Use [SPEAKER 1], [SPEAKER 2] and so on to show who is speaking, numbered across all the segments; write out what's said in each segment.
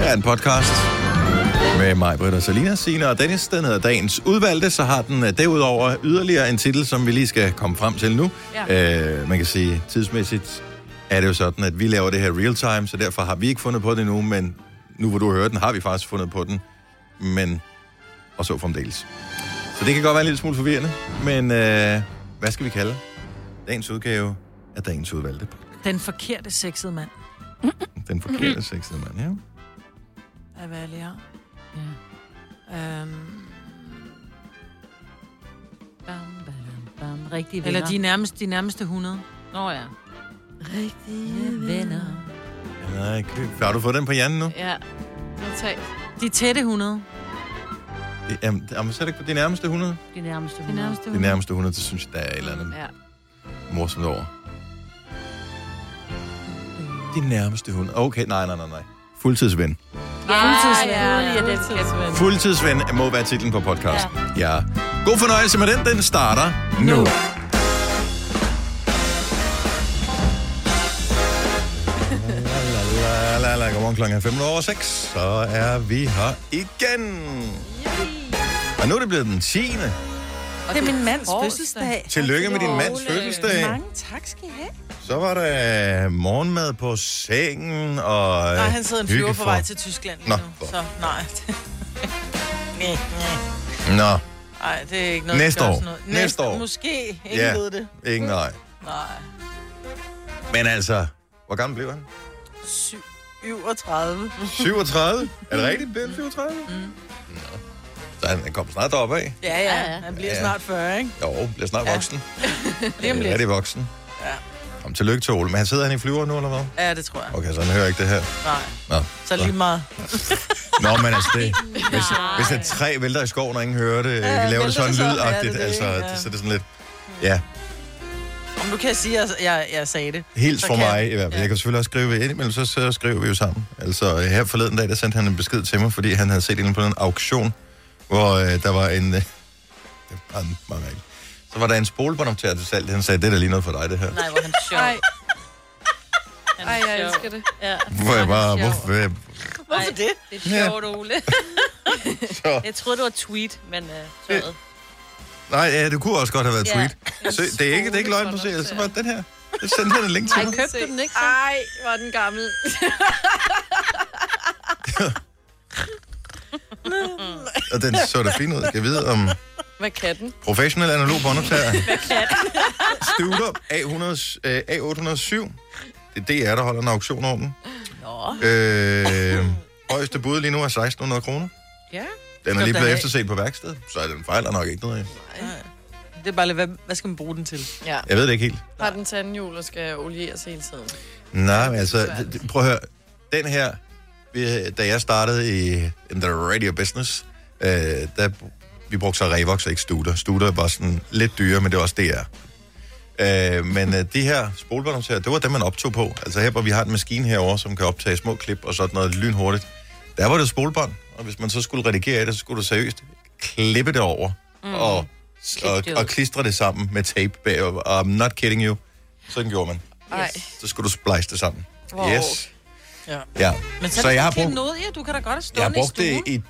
[SPEAKER 1] er en podcast med mig, Britt og Salina, Signe og Dennis. Den hedder Dagens Udvalgte, så har den øh, derudover yderligere en titel, som vi lige skal komme frem til nu. Ja. Øh, man kan sige, tidsmæssigt er det jo sådan, at vi laver det her real time, så derfor har vi ikke fundet på det nu, men nu hvor du hører den, har vi faktisk fundet på den, men og så fremdeles. Så det kan godt være en lille smule forvirrende, men øh, hvad skal vi kalde dagens udgave af dagens udvalgte?
[SPEAKER 2] Den forkerte sexede mand.
[SPEAKER 1] Den forkerte sexede mand, ja.
[SPEAKER 2] Af hvad jeg lige har. Ja. Øhm,
[SPEAKER 3] Bam, bam, bam. Rigtige venner.
[SPEAKER 2] eller de, nærmest, de nærmeste 100.
[SPEAKER 3] Nå ja. Rigtige venner.
[SPEAKER 1] Nej, køb- har du fået den på hjernen nu?
[SPEAKER 4] Ja, totalt.
[SPEAKER 2] De tætte 100.
[SPEAKER 1] Det, jamen, det- jamen, så er det ikke på de nærmeste 100?
[SPEAKER 3] De nærmeste
[SPEAKER 2] De
[SPEAKER 3] venner.
[SPEAKER 2] nærmeste
[SPEAKER 1] De
[SPEAKER 2] 100.
[SPEAKER 1] nærmeste 100, det synes jeg, der er et eller andet
[SPEAKER 4] Ja.
[SPEAKER 1] morsomt over. De nærmeste 100. Okay, nej, nej, nej, nej. Fuldtidsven.
[SPEAKER 2] Fuldtidsven.
[SPEAKER 3] ja, den
[SPEAKER 4] fuldtidsven.
[SPEAKER 1] Fuldtidsven må være titlen på podcasten. Ja. ja. God fornøjelse med den. Den starter nu. nu. La, la, la. Godmorgen klokken er 5 over 6. Så er vi her igen. Og nu er det blevet den 10.
[SPEAKER 5] Det er min mands fødselsdag.
[SPEAKER 1] Tillykke med din mands
[SPEAKER 4] Ole.
[SPEAKER 1] fødselsdag.
[SPEAKER 5] Mange tak skal I have.
[SPEAKER 1] Så var der øh, morgenmad på sengen, og...
[SPEAKER 5] Nej, han sidder en
[SPEAKER 1] hygge
[SPEAKER 5] flyver på
[SPEAKER 1] for-
[SPEAKER 5] vej til Tyskland lige
[SPEAKER 1] Nå,
[SPEAKER 5] nu.
[SPEAKER 1] for-
[SPEAKER 5] Så nej. Næ, næ.
[SPEAKER 1] Nå,
[SPEAKER 5] Nej, det er ikke noget,
[SPEAKER 1] Næste
[SPEAKER 5] der gør
[SPEAKER 1] år.
[SPEAKER 5] sådan noget.
[SPEAKER 1] Næste
[SPEAKER 5] Næste,
[SPEAKER 1] år.
[SPEAKER 5] Måske. Ingen
[SPEAKER 1] Ja.
[SPEAKER 5] ved det.
[SPEAKER 1] ikke nej.
[SPEAKER 5] Nej.
[SPEAKER 1] Men altså, hvor gammel blev han?
[SPEAKER 5] 37.
[SPEAKER 1] 37? er det rigtigt, blev han 37? Mm. Nå. Så han, han kom snart deroppe af.
[SPEAKER 5] Ja,
[SPEAKER 3] Ja,
[SPEAKER 5] ja.
[SPEAKER 3] ja.
[SPEAKER 5] Han bliver
[SPEAKER 1] Ja.
[SPEAKER 5] snart 40, ikke?
[SPEAKER 1] Jo, bliver snart
[SPEAKER 5] Ja.
[SPEAKER 1] voksen.
[SPEAKER 5] Lige om
[SPEAKER 1] Ja. Er
[SPEAKER 5] lidt.
[SPEAKER 1] det voksen?
[SPEAKER 5] Ja.
[SPEAKER 1] Kom, tillykke til Ole. Men han sidder han i flyver nu, eller hvad?
[SPEAKER 5] Ja, det tror jeg.
[SPEAKER 1] Okay, så han hører ikke det her.
[SPEAKER 5] Nej.
[SPEAKER 1] Nå,
[SPEAKER 5] Så lige meget.
[SPEAKER 1] Nå men altså, det, hvis, hvis der er tre vælter i skoven, og ingen hører det, ja, vi laver
[SPEAKER 5] vælter
[SPEAKER 1] det sådan
[SPEAKER 5] det så?
[SPEAKER 1] lydagtigt,
[SPEAKER 5] Ja, det er det,
[SPEAKER 1] altså,
[SPEAKER 5] ikke? Ja.
[SPEAKER 1] det, så er det sådan lidt... Ja,
[SPEAKER 5] Om du kan jeg sige, at jeg, jeg, jeg sagde det.
[SPEAKER 1] Helt
[SPEAKER 5] Så
[SPEAKER 1] for
[SPEAKER 5] kan-
[SPEAKER 1] mig i hvert fald.
[SPEAKER 5] ja.
[SPEAKER 1] Jeg kan selvfølgelig også skrive ind, men så, så skriver vi jo sammen. Altså her forleden dag, der sendte han en besked til mig, fordi han havde set en på en auktion, hvor øh, der var en... Øh, det var en mange af dem. så var der en spolebåndoptager til salg. Han sagde, det er da lige noget for dig, det her.
[SPEAKER 3] Nej, hvor er han sjov.
[SPEAKER 4] Ej,
[SPEAKER 3] Han
[SPEAKER 4] ej, jeg
[SPEAKER 3] sjov.
[SPEAKER 4] elsker det.
[SPEAKER 3] Ja.
[SPEAKER 1] Hvor jeg bare,
[SPEAKER 3] sjov.
[SPEAKER 1] hvorfor, øh,
[SPEAKER 5] Hvorfor
[SPEAKER 3] Ej.
[SPEAKER 5] det?
[SPEAKER 3] Det er sjovt, Ole. jeg troede, det var tweet, men uh, tøjet.
[SPEAKER 1] nej, ja, det kunne også godt have været
[SPEAKER 3] Ja.
[SPEAKER 1] tweet. Så, det, er ikke, det er ikke løgn på serien, så var det den her. Jeg sendte han en link til
[SPEAKER 4] Ej,
[SPEAKER 1] mig.
[SPEAKER 4] købte du den ikke så? Ej, var den gammel.
[SPEAKER 1] Og den så da fin ud. Jeg ved om
[SPEAKER 4] Hvad kan den?
[SPEAKER 1] professionel analog båndoptager. Studer A100, øh, A807. Det er DR, der holder en auktion over den.
[SPEAKER 5] Nå.
[SPEAKER 1] Øh, højeste bud lige nu er 1600 kroner.
[SPEAKER 5] Ja.
[SPEAKER 1] Den er
[SPEAKER 5] Som
[SPEAKER 1] lige
[SPEAKER 5] der
[SPEAKER 1] blevet
[SPEAKER 5] er-
[SPEAKER 1] efterset på værksted, så den fejler nok ikke noget. af.
[SPEAKER 5] Det er bare lidt, hvad, hvad skal man bruge den til?
[SPEAKER 4] Ja.
[SPEAKER 1] Jeg ved det ikke helt.
[SPEAKER 4] Har den tandhjul og skal olieres hele tiden.
[SPEAKER 1] Nej, men altså, d- d- prøv at høre. Den her, vi, da jeg startede i in the radio business, øh, der, vi brugte så Revox og ikke Studer. Studer var sådan lidt dyre, men det var også DR. Øh, men øh, de her spolebåndoptager, det var dem, man optog på. Altså her, hvor vi har en maskine herover, som kan optage små klip og sådan noget lynhurtigt. Der var det spolebånd, og hvis man så skulle redigere i det, så skulle du seriøst klippe det over mm. og, og,
[SPEAKER 3] Klippe det ud.
[SPEAKER 1] og klistre det sammen med tape bagover. I'm not kidding you. Sådan gjorde man
[SPEAKER 4] Ej,
[SPEAKER 1] så skulle du splice det sammen.
[SPEAKER 4] Wow.
[SPEAKER 1] Yes.
[SPEAKER 5] Ja.
[SPEAKER 1] ja.
[SPEAKER 2] Men så,
[SPEAKER 1] så jeg har brugt,
[SPEAKER 2] noget, ja, du kan da godt have
[SPEAKER 1] jeg har
[SPEAKER 2] stående i stuen.
[SPEAKER 1] brugt det i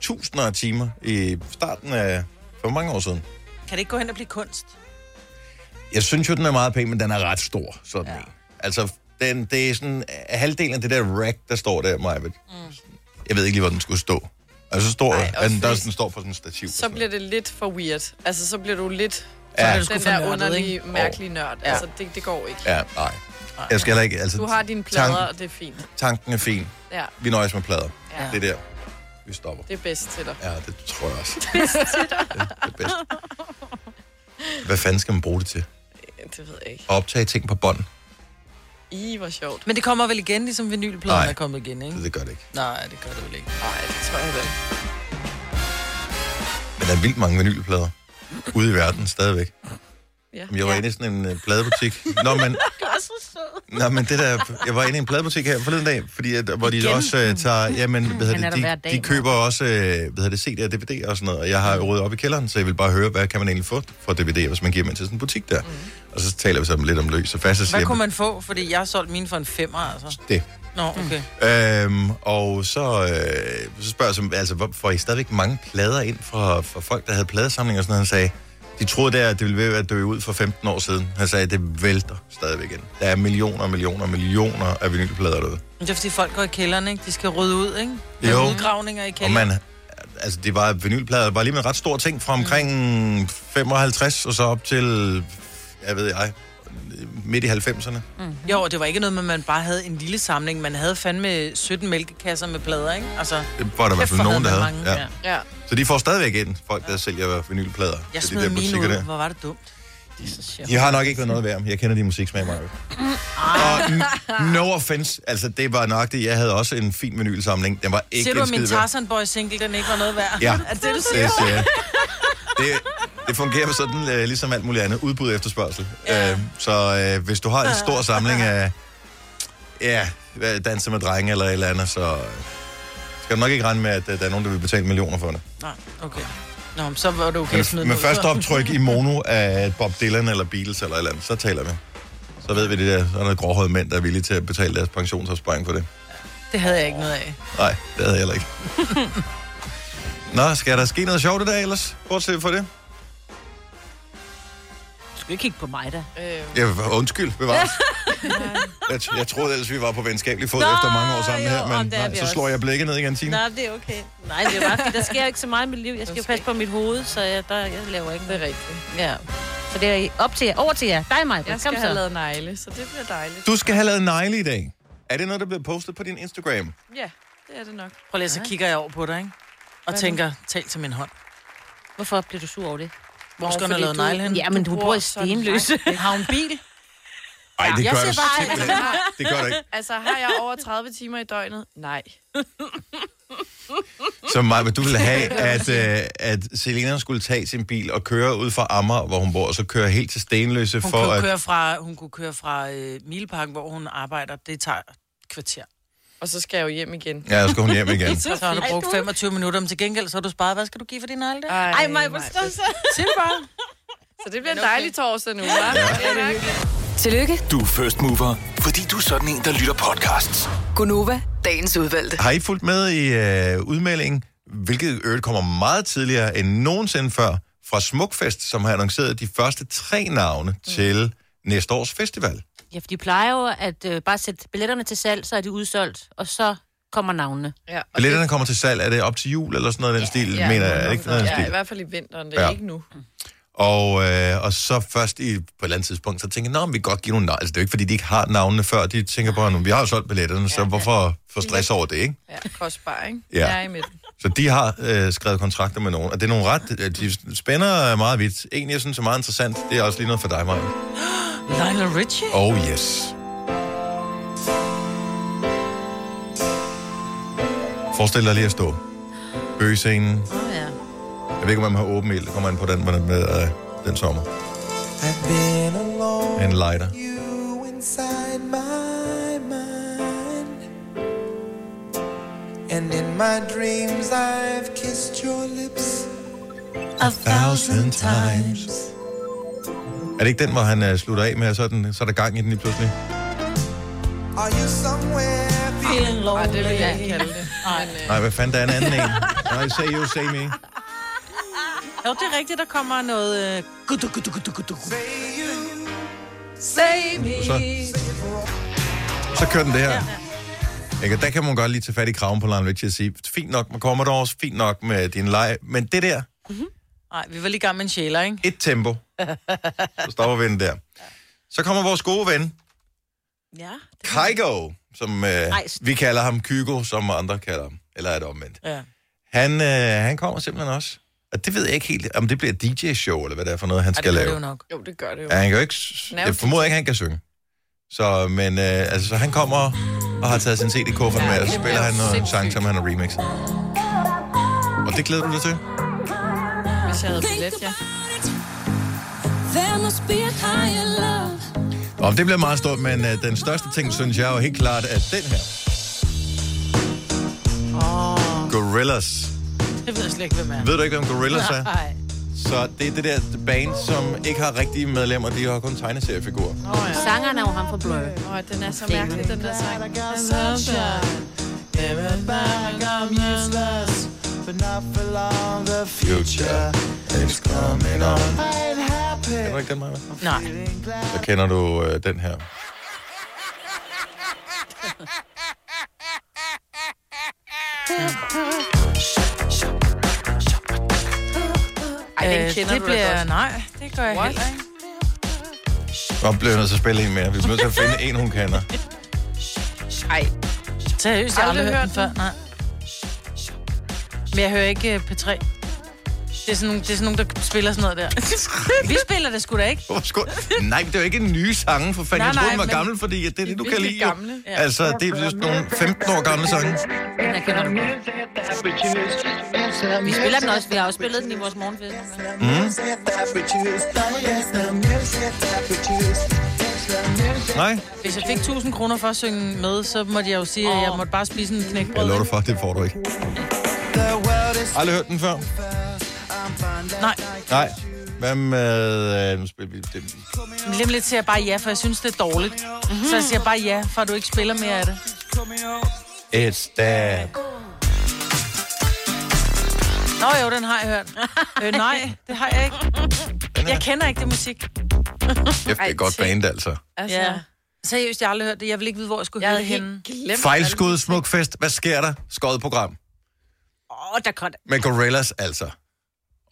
[SPEAKER 1] tusinder af timer i starten af for mange år siden.
[SPEAKER 5] Kan det ikke gå hen og blive kunst?
[SPEAKER 1] Jeg synes jo, den er meget pæn, men den er ret stor, sådan ja. en. Altså, den, det er sådan øh, halvdelen af det der rack, der står der, Maja. Mm. Jeg ved ikke lige, hvor den skulle stå. Altså, så står,
[SPEAKER 4] Ej,
[SPEAKER 1] Ej,
[SPEAKER 4] også
[SPEAKER 1] den, der,
[SPEAKER 4] fordi-
[SPEAKER 1] sådan, står for sådan en stativ. og
[SPEAKER 4] så
[SPEAKER 1] sådan
[SPEAKER 4] bliver det lidt for weird. Altså, så bliver du lidt
[SPEAKER 1] noget.
[SPEAKER 5] det
[SPEAKER 1] ja,
[SPEAKER 5] sgu
[SPEAKER 4] den
[SPEAKER 5] for
[SPEAKER 4] der
[SPEAKER 5] nørdet,
[SPEAKER 4] underlige,
[SPEAKER 5] ikke?
[SPEAKER 4] mærkelige nørd.
[SPEAKER 5] Ja.
[SPEAKER 4] Altså, det, det går ikke.
[SPEAKER 1] ja, nej. Jeg skal heller ikke, altså,
[SPEAKER 4] Du har dine plader, og det er fint.
[SPEAKER 1] tanken er fin.
[SPEAKER 4] Ja,
[SPEAKER 1] Vi nøjes med plader.
[SPEAKER 4] Ja.
[SPEAKER 1] Det er der. Vi stopper.
[SPEAKER 4] det er bedst til dig.
[SPEAKER 1] Ja, det tror jeg også. det er bedst. Hvad fanden skal man bruge det til?
[SPEAKER 4] Det ved jeg ikke.
[SPEAKER 1] At optage ting på bånd?
[SPEAKER 4] I, hvor sjovt.
[SPEAKER 5] Men det kommer vel igen, ligesom vinylpladen
[SPEAKER 1] Nej.
[SPEAKER 5] er kommet igen, ikke?
[SPEAKER 1] Det, det gør det ikke.
[SPEAKER 5] Nej, det gør det vel ikke.
[SPEAKER 4] Nej, det tror jeg da. ikke.
[SPEAKER 1] Men der er vildt mange vinylplader ude i verden stadigvæk.
[SPEAKER 4] Ja. er
[SPEAKER 1] Jeg var ja. inde i sådan en øh, pladebutik. Nå, men, nå, men det der, jeg var inde i en pladebutik her forleden dag, fordi at, hvor de
[SPEAKER 3] Igen?
[SPEAKER 1] også øh, tager, jamen, hvad
[SPEAKER 3] Han er
[SPEAKER 1] hedder
[SPEAKER 3] der
[SPEAKER 1] det,
[SPEAKER 3] hver
[SPEAKER 1] de,
[SPEAKER 3] dag,
[SPEAKER 1] de køber også, øh, hvad hedder det, CD'er og DVD'er og sådan noget, og jeg har ryddet op i kælderen, så jeg vil bare høre, hvad kan man egentlig få for DVD'er, hvis man giver dem ind til sådan en butik der. Og så taler vi sammen lidt om løs og fast, og siger,
[SPEAKER 5] Hvad
[SPEAKER 1] jeg,
[SPEAKER 5] kunne man få? Fordi jeg har solgt mine for en femmer, altså.
[SPEAKER 1] det.
[SPEAKER 5] Nå, okay.
[SPEAKER 1] Øhm, og så, øh, så spørger jeg, som- altså, hvor, får I stadigvæk mange plader ind fra, fra folk, der havde pladesamlinger og sådan noget? Han sagde, de troede der, at det ville være at dø ud for 15 år siden. Han sagde, det vælter stadigvæk ind. Der er millioner og millioner og millioner af vinylplader derude.
[SPEAKER 5] Men det er fordi folk går i kælderen, ikke? De skal rydde ud, ikke? Der er
[SPEAKER 1] Jo.
[SPEAKER 5] Udgravninger i
[SPEAKER 1] Og
[SPEAKER 5] kælderen.
[SPEAKER 1] man, altså, det var vinylplader, var lige med en ret stor ting fra omkring 55 og så op til, jeg ved jeg, midt i 90'erne.
[SPEAKER 5] Mm-hmm. Jo, og det var ikke noget med, at man bare havde en lille samling. Man havde fandme 17 mælkekasser med plader, ikke? Altså,
[SPEAKER 1] Det var der i hvert
[SPEAKER 5] kæft,
[SPEAKER 1] fald
[SPEAKER 5] hvor
[SPEAKER 1] nogen, der
[SPEAKER 5] man
[SPEAKER 1] havde.
[SPEAKER 5] mange.
[SPEAKER 1] Ja.
[SPEAKER 4] Ja.
[SPEAKER 1] Så de får stadigvæk ind, folk, der sælger vinylplader.
[SPEAKER 5] Jeg
[SPEAKER 1] til de der
[SPEAKER 5] smed mine
[SPEAKER 1] butikker
[SPEAKER 5] ud.
[SPEAKER 1] der.
[SPEAKER 5] Hvor var det dumt.
[SPEAKER 1] De har nok ikke været noget værd. Jeg kender de musiksmag meget.
[SPEAKER 5] Ah.
[SPEAKER 1] Og n- no offense. Altså, det var nok det. Jeg havde også en fin vinylsamling. Den var ikke
[SPEAKER 5] Ser du,
[SPEAKER 1] en
[SPEAKER 5] at min
[SPEAKER 1] skid værd.
[SPEAKER 5] Tarzan Boy single, den ikke var noget værd?
[SPEAKER 1] Ja.
[SPEAKER 5] Er det det, du siger?
[SPEAKER 1] Det, siger jeg. det, det fungerer sådan, øh, ligesom alt muligt andet. Udbud og efterspørgsel. Ja. Øh, så øh, hvis du har en stor samling af ja, hvad, danser med drenge eller et eller andet, så øh, skal du nok ikke regne med, at øh, der er nogen, der vil betale millioner for det.
[SPEAKER 5] Nej, okay. Nå, men så var det okay at smide
[SPEAKER 1] Men, men
[SPEAKER 5] den ud.
[SPEAKER 1] første optryk i mono af Bob Dylan eller Beatles eller et eller andet, så taler vi. Så ved vi det der, så er der gråhøjde mænd, der er villige til at betale deres pensionsopsparing for det.
[SPEAKER 5] Det havde jeg ikke noget af.
[SPEAKER 1] Nej, det havde jeg heller ikke. Nå, skal der ske noget sjovt i dag ellers? Bortset for det.
[SPEAKER 3] Du skal ikke kigge på mig, da.
[SPEAKER 4] Øh,
[SPEAKER 1] Ja, undskyld, bevares. Jeg, t- jeg troede ellers, vi var på venskabelig fod Nå, efter mange år sammen
[SPEAKER 3] jo,
[SPEAKER 1] her,
[SPEAKER 3] om
[SPEAKER 1] men
[SPEAKER 3] det er
[SPEAKER 1] nej,
[SPEAKER 3] vi
[SPEAKER 1] så
[SPEAKER 3] også.
[SPEAKER 1] slår jeg blikket ned igen, Signe.
[SPEAKER 3] Nej, det er okay. Nej, det er bare, fordi der sker ikke så meget i mit liv. Jeg skal jo passe på mit hoved, så jeg, der, jeg laver ikke
[SPEAKER 4] det
[SPEAKER 3] noget.
[SPEAKER 4] er rigtigt.
[SPEAKER 5] Ja.
[SPEAKER 3] Så det er op til jer. Over til jer. Dig, mig.
[SPEAKER 4] Jeg skal have lavet negle, så det bliver dejligt.
[SPEAKER 1] Du skal have lavet negle i dag. Er det noget, der bliver postet på din Instagram?
[SPEAKER 4] Ja, det er det nok.
[SPEAKER 5] Prøv lige, så kigger jeg over på dig, ikke? Og tænker, tal til min hånd.
[SPEAKER 3] Hvorfor bliver du sur over det?
[SPEAKER 5] Hvor skal hun have
[SPEAKER 4] fordi
[SPEAKER 5] lavet
[SPEAKER 4] du-
[SPEAKER 5] negle henne?
[SPEAKER 3] Ja, men du,
[SPEAKER 4] bor
[SPEAKER 3] bor i
[SPEAKER 4] sådan
[SPEAKER 3] Stenløse.
[SPEAKER 5] Har hun bil?
[SPEAKER 1] Nej, det
[SPEAKER 5] Jeg
[SPEAKER 1] gør
[SPEAKER 5] siger
[SPEAKER 1] du
[SPEAKER 5] bare-
[SPEAKER 1] simpelthen. Det gør du ikke.
[SPEAKER 4] Altså, har jeg over 30 timer i døgnet? Nej.
[SPEAKER 1] Så Maja, du ville have, at, øh, at Selena skulle tage sin bil og køre ud fra Amager, hvor hun bor, og så køre helt til Stenløse
[SPEAKER 5] Hun,
[SPEAKER 1] for
[SPEAKER 5] kunne,
[SPEAKER 1] at...
[SPEAKER 5] køre fra, hun kunne køre fra øh, Mileparken, hvor hun arbejder. Det tager et kvarter.
[SPEAKER 4] Og så skal jeg jo hjem igen.
[SPEAKER 1] Ja, så skal hun hjem igen.
[SPEAKER 5] Så har du
[SPEAKER 3] Ej,
[SPEAKER 5] brugt
[SPEAKER 3] du-
[SPEAKER 5] 25 minutter, men til gengæld så har du sparet. Hvad skal du give for din negle? der?
[SPEAKER 3] Ej, mig, hvor
[SPEAKER 4] Maj-Brit.
[SPEAKER 3] så?
[SPEAKER 5] Sig det bare.
[SPEAKER 4] Så det bliver en dejlig torsdag nu, hva'? Ja.
[SPEAKER 6] Tillykke,
[SPEAKER 7] Du er first mover, fordi du er sådan en, der lytter podcasts.
[SPEAKER 6] Gunova, dagens udvalgte.
[SPEAKER 1] Har I fulgt med i øh, udmeldingen, hvilket i øvrigt kommer meget tidligere end nogensinde før, fra Smukfest, som har annonceret de første tre navne mm. til næste års festival.
[SPEAKER 3] Ja, for de plejer jo at øh, bare sætte billetterne til salg, så er de udsolgt, og så kommer navnene.
[SPEAKER 4] Ja, og det-
[SPEAKER 1] Billetterne kommer til salg, er det op til jul eller sådan noget af den stil, ja, mener jeg, er det ikke sådan noget af den
[SPEAKER 4] Ja, i
[SPEAKER 1] stil?
[SPEAKER 4] hvert fald i vinteren. Det er
[SPEAKER 1] Ja.
[SPEAKER 4] ja. ikke nu.
[SPEAKER 1] Og, øh, og så først i, på et eller andet tidspunkt, så tænker jeg, nå, men vi kan godt give nogle navne. Altså, det er jo ikke, fordi de ikke har navnene før. De tænker bare, nu, vi har jo solgt billetterne, så hvorfor få stress over det, ikke?
[SPEAKER 4] Ja, kostbar, ikke?
[SPEAKER 1] Ja.
[SPEAKER 4] Jeg er i midten.
[SPEAKER 1] Så de har øh, skrevet kontrakter med nogen, og det er nogle ret, øh, de spænder meget vidt. En, jeg synes er meget interessant, det er også lige noget for dig, Maja.
[SPEAKER 5] Lionel Richie?
[SPEAKER 1] Oh yes. Forestil dig lige at stå. Bøgescenen.
[SPEAKER 3] Oh, ja.
[SPEAKER 1] Jeg ved ikke, om man har åben ild. Det kommer an på den, hvordan med øh, den sommer. En lighter.
[SPEAKER 8] inside my mind. And in my dreams, I've kissed your lips.
[SPEAKER 1] A thousand times. Er det ikke den, hvor han øh, slutter af med, og så er, den, så er der gang i den lige pludselig?
[SPEAKER 8] Are you somewhere?
[SPEAKER 5] Feeling
[SPEAKER 4] Ej, det vil
[SPEAKER 5] lonely.
[SPEAKER 4] jeg ikke kalde det.
[SPEAKER 1] Nej, hvad fanden, der er en anden en. Nej, say you, say me.
[SPEAKER 5] Jo, det er rigtigt, der kommer noget... Øh, gudu, gudu, gudu, gudu.
[SPEAKER 1] Så, så kører den det her. Ikke? Og der kan man godt lige tage fat i kraven på Lionel Richie og sige, fint nok med Commodores, fint nok med din leg, men det der,
[SPEAKER 5] Nej, vi var lige i gang med en sjæler, ikke?
[SPEAKER 1] et tempo. Så stopper vi den der. Så kommer vores gode ven,
[SPEAKER 5] Ja.
[SPEAKER 1] Kygo, som øh, vi kalder ham Kygo, som andre kalder ham. Eller er det omvendt?
[SPEAKER 5] Ja.
[SPEAKER 1] Han, øh, han kommer simpelthen også. Og det ved jeg ikke helt, om det bliver et DJ-show, eller hvad det er for noget, han
[SPEAKER 5] Ej,
[SPEAKER 1] skal
[SPEAKER 5] det
[SPEAKER 1] lave.
[SPEAKER 5] var det jo nok.
[SPEAKER 4] Jo, det gør det jo.
[SPEAKER 1] Ja, han kan jo ikke... s-
[SPEAKER 4] Nerve-
[SPEAKER 1] Jeg formoder ikke, han kan synge. Så, men, øh, altså, så han kommer og har taget sin CD-kuffert med, og så spiller han noget sang, som han har remixet. Og det glæder du dig til?
[SPEAKER 4] Hvis jeg havde billet, ja.
[SPEAKER 9] There must be a higher love.
[SPEAKER 1] Og det bliver meget stort, men øh, den største ting, synes jeg jo helt klart, er den her. Oh. Gorillas.
[SPEAKER 5] Det ved jeg slet ikke, hvem er.
[SPEAKER 1] Ved du ikke, hvem Gorillas er?
[SPEAKER 5] Nej.
[SPEAKER 1] Så det er det der band, som ikke har rigtige medlemmer, de har kun tegneseriefigurer.
[SPEAKER 4] Åh, ja.
[SPEAKER 3] Sangeren er jo ham fra Blur.
[SPEAKER 4] Åh, den er så mærkelig, den der sang.
[SPEAKER 1] Future is coming on. Kender du ikke den, Maja?
[SPEAKER 5] Nej.
[SPEAKER 1] Så kender du øh, den her.
[SPEAKER 4] Ej, den
[SPEAKER 5] Øh,
[SPEAKER 4] kender
[SPEAKER 5] det
[SPEAKER 4] du da
[SPEAKER 5] bliver,
[SPEAKER 4] godt.
[SPEAKER 5] Nej, det gør jeg
[SPEAKER 4] What?
[SPEAKER 5] heller ikke.
[SPEAKER 1] Nå, bliver jeg nødt til at spille en mere. Vi bliver nødt til at finde en, hun kender.
[SPEAKER 4] Ej,
[SPEAKER 5] Seriøst, jeg har
[SPEAKER 4] Aldrig
[SPEAKER 5] aldrig hørt den
[SPEAKER 4] hørt
[SPEAKER 5] før. Nej. Men jeg hører ikke øh, P3. Det er, sådan, nogle- det er sådan nogen, der spiller sådan noget der. Vi spiller det sgu da ikke.
[SPEAKER 1] Hvorfor skulle... Nej, men det er jo ikke en ny sange, for fanden.
[SPEAKER 5] Nej,
[SPEAKER 1] Jeg troede,
[SPEAKER 5] nej,
[SPEAKER 1] den var
[SPEAKER 5] men-
[SPEAKER 1] gammel, fordi at det er det, du kan
[SPEAKER 4] virkelig
[SPEAKER 1] lide. jo.
[SPEAKER 4] gamle. Ja.
[SPEAKER 1] Altså, det er jo sådan nogle 15 år gamle sange.
[SPEAKER 3] Den her kender du godt. Vi spiller den også. Vi har også spillet den i vores morgenfest.
[SPEAKER 1] Mm. Nej,
[SPEAKER 5] Hvis jeg fik 1000 kroner for at synge med, så måtte jeg jo sige, at jeg måtte bare spise en knækbrød.
[SPEAKER 1] jeg lover dig
[SPEAKER 5] ikke?
[SPEAKER 1] for, det får du ikke. Aldrig hørt den før?
[SPEAKER 5] Nej,
[SPEAKER 1] Nej. Hvad med... Øh, nu spiller vi det.
[SPEAKER 5] men lige om lidt siger jeg bare ja, for jeg synes, det er dårligt. Mm-hmm. Så jeg siger bare ja, for at du ikke spiller mere af det.
[SPEAKER 1] It's that.
[SPEAKER 5] Nå jo, den har jeg hørt. øh, nej, det har jeg ikke. Jeg kender ikke det musik.
[SPEAKER 1] Kæft, det er et godt band, altså.
[SPEAKER 4] altså.
[SPEAKER 5] Ja. Seriøst, jeg har aldrig hørt det. Jeg vil ikke vide, hvor jeg skulle
[SPEAKER 4] Jeg
[SPEAKER 5] høre
[SPEAKER 4] havde
[SPEAKER 5] det henne.
[SPEAKER 4] helt glemt.
[SPEAKER 1] Fejlskud, smukfest. Hvad sker der? Skåret program.
[SPEAKER 3] Åh, oh, der kom
[SPEAKER 1] Med Gorillaz, altså.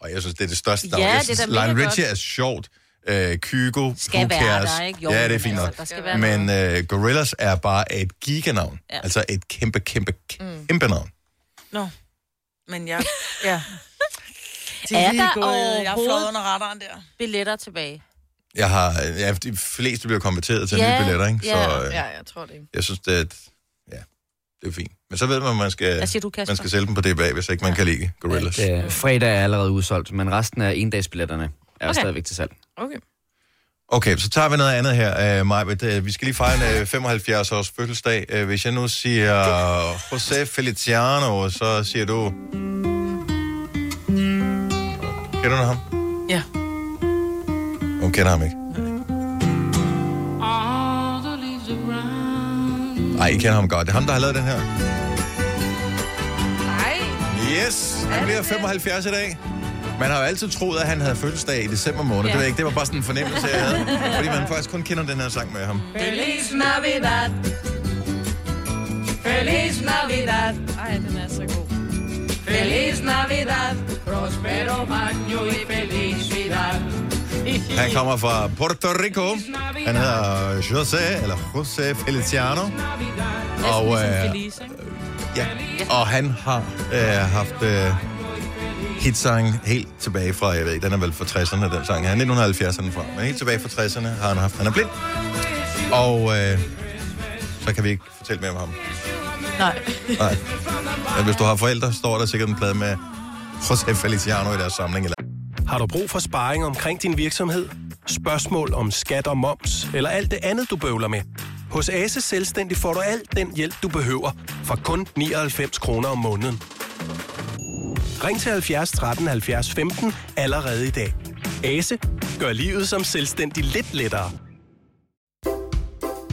[SPEAKER 1] Og jeg synes, det er det største navn.
[SPEAKER 3] Ja,
[SPEAKER 1] jeg
[SPEAKER 3] det er
[SPEAKER 1] synes,
[SPEAKER 3] da mega
[SPEAKER 1] Lionel
[SPEAKER 3] godt.
[SPEAKER 1] Richie er sjovt. Øh, Kygo,
[SPEAKER 3] skal
[SPEAKER 1] who
[SPEAKER 3] være
[SPEAKER 1] cares?
[SPEAKER 3] der, ikke?
[SPEAKER 1] ja, det er
[SPEAKER 3] men
[SPEAKER 1] fint nok.
[SPEAKER 3] Altså, der skal være
[SPEAKER 1] Men
[SPEAKER 3] noget.
[SPEAKER 1] øh, Gorillaz er bare et giganavn. Ja.
[SPEAKER 3] Ja. Mm.
[SPEAKER 1] Altså et kæmpe, kæmpe, kæmpe navn.
[SPEAKER 5] Nå, men jeg... Ja.
[SPEAKER 3] Er der
[SPEAKER 5] Jeg har flået
[SPEAKER 3] overhovedet-
[SPEAKER 5] under radaren der.
[SPEAKER 3] billetter tilbage.
[SPEAKER 1] Jeg har, ja, de fleste bliver konverteret til nye
[SPEAKER 3] Ja,
[SPEAKER 1] billetter, ikke? Så
[SPEAKER 3] ja,
[SPEAKER 1] øh,
[SPEAKER 4] Ja, jeg tror det.
[SPEAKER 1] jeg synes, det er, et- ja, det er fint. Men så ved man, at man
[SPEAKER 3] Hvad
[SPEAKER 1] skal,
[SPEAKER 3] siger du, Kasper?
[SPEAKER 1] man skal sælge dem på DBA, hvis ikke man kan lide Gorillaz.
[SPEAKER 10] At, øh, fredag er allerede udsolgt, men resten af endagsbilletterne er okay.
[SPEAKER 3] Okay.
[SPEAKER 10] stadigvæk til salg.
[SPEAKER 4] Okay.
[SPEAKER 1] Okay, så tager vi noget andet her, uh, Majbet. Uh, vi skal lige fejre en uh, 75-års fødselsdag. Uh, hvis jeg nu siger José Feliciano, så siger du... Kender du ham?
[SPEAKER 5] Ja.
[SPEAKER 1] Hun kender ham ikke. Nej, I kender ham godt. Det er ham, der har lavet den her.
[SPEAKER 4] Nej.
[SPEAKER 1] Yes, han bliver 75 i dag. Man har jo altid troet, at han havde fødselsdag i december måned. Ja. Det, ved jeg ikke, det var bare sådan en fornemmelse, jeg havde. Fordi man faktisk kun kender den her sang med ham.
[SPEAKER 4] Feliz Navidad. Feliz Navidad. Ej, den er så god. Feliz Navidad. Prospero año y felicidad.
[SPEAKER 1] Han kommer fra Puerto Rico. Han hedder José, eller José Feliciano. Og, øh, ja. og han har øh, haft øh, hitsang helt tilbage fra, jeg ved ikke, den er vel fra 60'erne, den sang her. 1970'erne fra, men helt tilbage fra 60'erne har han haft. Han er blind. Og øh, så kan vi ikke fortælle mere om ham.
[SPEAKER 5] Nej.
[SPEAKER 1] Nej. Men hvis du har forældre, står der sikkert en plade med José Feliciano i deres samling. Eller...
[SPEAKER 7] Har du brug for sparring omkring din virksomhed? Spørgsmål om skat og moms, eller alt det andet, du bøvler med? Hos Ase Selvstændig får du alt den hjælp, du behøver, for kun 99 kroner om måneden. Ring til 70 13 70 15 allerede i dag. Ase gør livet som selvstændig lidt lettere.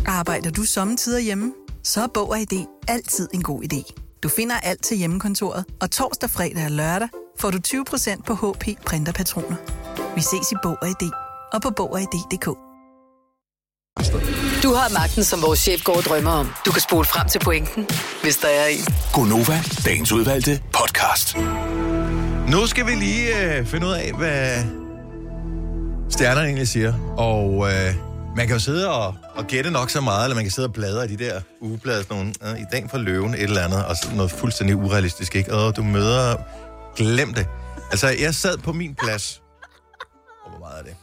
[SPEAKER 11] Arbejder du sommetider hjemme? Så er Bog og ID altid en god idé. Du finder alt til hjemmekontoret, og torsdag, fredag og lørdag får du 20% på HP Printerpatroner. Vi ses i Bog og ID og på Bog og ID.dk.
[SPEAKER 6] Du har magten, som vores chef går og drømmer om. Du kan spole frem til pointen, hvis der er en.
[SPEAKER 7] Gonova, dagens udvalgte podcast.
[SPEAKER 1] Nu skal vi lige øh, finde ud af, hvad stjernerne egentlig siger. Og øh, man kan jo sidde og, og gætte nok så meget, eller man kan sidde og bladre i de der ugeblade, sådan nogle, øh, i dag for løven, et eller andet, og sådan noget fuldstændig urealistisk, ikke? Og du møder... Glem det. Altså, jeg sad på min plads. Og hvor meget er det?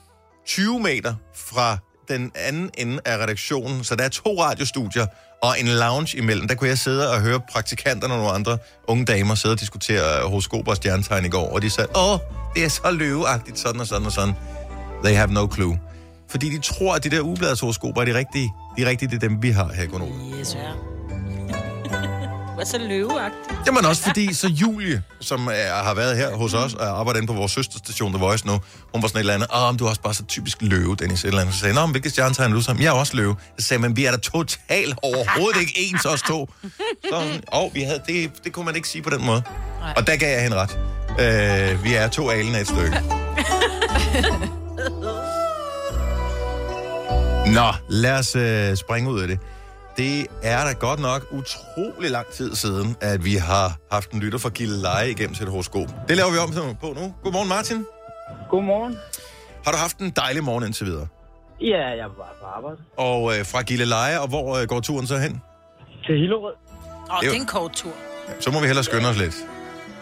[SPEAKER 1] 20 meter fra den anden ende af redaktionen, så der er to radiostudier og en lounge imellem. Der kunne jeg sidde og høre praktikanterne og nogle andre unge damer sidde og diskutere øh, horoskoper og stjernetegn i går, og de sagde, åh, det er så løveagtigt, sådan og sådan og sådan. They have no clue. Fordi de tror, at de der ugebladshoroskoper er de rigtige. De rigtige, det er dem, vi har her i Konoba.
[SPEAKER 5] Yes, ja.
[SPEAKER 3] var så løveagtig.
[SPEAKER 1] Jamen også fordi, så Julie, som er, har været her hos os og arbejder inde på vores søsterstation The Voice nu, hun var sådan et eller andet, åh, men du er også bare så typisk løve, Dennis, et eller andet. Så sagde jeg, nå, men hvilke stjerne tager han ud som? Jeg er også løve. Jeg sagde, men vi er da totalt overhovedet ikke ens, os to. Så, var hun, åh, vi havde, det, det kunne man ikke sige på den måde. Nej. Og der gav jeg hende ret. Øh, vi er to alen af et stykke. Nå, lad os øh, springe ud af det. Det er da godt nok utrolig lang tid siden, at vi har haft en lytter fra Gilleleje igennem sit horoskop. Det laver vi om på nu. Godmorgen, Martin.
[SPEAKER 12] Godmorgen.
[SPEAKER 1] Har du haft en dejlig morgen indtil videre?
[SPEAKER 12] Ja, jeg var på arbejde.
[SPEAKER 1] Og øh, fra Gilleleje, og hvor øh, går turen så hen?
[SPEAKER 12] Til Hillerød.
[SPEAKER 5] Åh, oh, det er en kort tur.
[SPEAKER 1] Så må vi hellere skynde os lidt.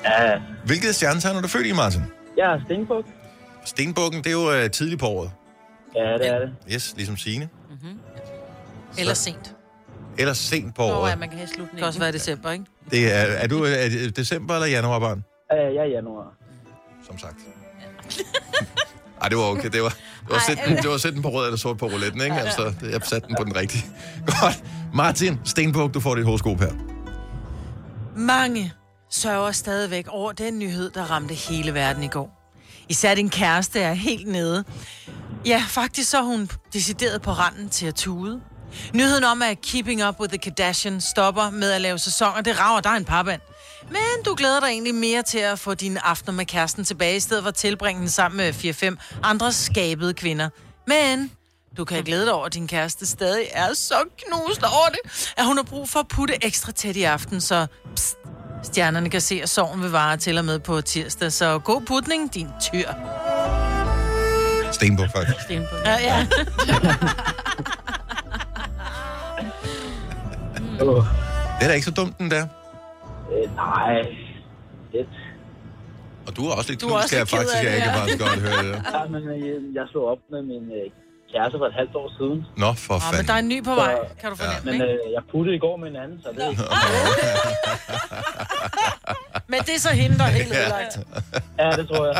[SPEAKER 12] Ja,
[SPEAKER 1] Hvilket stjernetegn er du født i, Martin?
[SPEAKER 12] jeg er Stenbuk.
[SPEAKER 1] Stenbukken, det er jo øh, tidligt på året.
[SPEAKER 12] Ja, det er det.
[SPEAKER 1] Yes, ligesom Signe.
[SPEAKER 5] Eller sent.
[SPEAKER 1] Eller sent på
[SPEAKER 5] Nå, ja,
[SPEAKER 1] året.
[SPEAKER 5] man kan have slutningen. Det kan også være i december, ikke?
[SPEAKER 1] Det er, er du øh, er det december eller januar, barn?
[SPEAKER 12] Ja, jeg er januar.
[SPEAKER 1] Som sagt. Ej, det var okay. Det var, det var, sæt,
[SPEAKER 12] øh.
[SPEAKER 1] den, det var sæt den på rød eller sort på rouletten, ikke? Altså, det- jeg satte den på den rigtige. Godt. Martin Stenbuk, du får dit horoskop her.
[SPEAKER 5] Mange sørger stadigvæk over den nyhed, der ramte hele verden i går. Især din kæreste er helt nede. Ja, faktisk så er hun decideret på randen til at tude. Nyheden om, at Keeping Up with the Kardashians stopper med at lave sæsoner, det rager dig en parband. Men du glæder dig egentlig mere til at få dine aftener med kæresten tilbage, i stedet for at tilbringe den sammen med 4-5 andre skabede kvinder. Men du kan glæde dig over, at din kæreste stadig er så knust over det, at hun har brug for at putte ekstra tæt i aften, så pst, stjernerne kan se, at sorgen vil vare til og med på tirsdag. Så god putning, din tyr.
[SPEAKER 1] Stenbuk, faktisk.
[SPEAKER 5] Ja, ja.
[SPEAKER 1] Det er da ikke så dumt, den der.
[SPEAKER 12] Øh, nej. Lidt.
[SPEAKER 1] Og du er også lidt
[SPEAKER 12] Du er
[SPEAKER 1] knust,
[SPEAKER 12] også
[SPEAKER 1] kan jeg
[SPEAKER 12] lidt ked
[SPEAKER 1] faktisk.
[SPEAKER 12] af
[SPEAKER 1] Jeg
[SPEAKER 12] det,
[SPEAKER 1] kan
[SPEAKER 12] ja.
[SPEAKER 1] faktisk godt høre det.
[SPEAKER 12] Ja, men øh, jeg slog op med min øh, kæreste for et halvt år siden.
[SPEAKER 1] Nå, for
[SPEAKER 5] Nå, Ah, men
[SPEAKER 1] fanden.
[SPEAKER 5] der er en ny på vej, kan du fornemme,
[SPEAKER 12] Men
[SPEAKER 5] ikke?
[SPEAKER 12] øh, jeg puttede i går med en anden, så det er ikke...
[SPEAKER 5] Men det er så hende, der er helt
[SPEAKER 1] Ja.
[SPEAKER 5] ødelagt.
[SPEAKER 12] Ja, det tror jeg.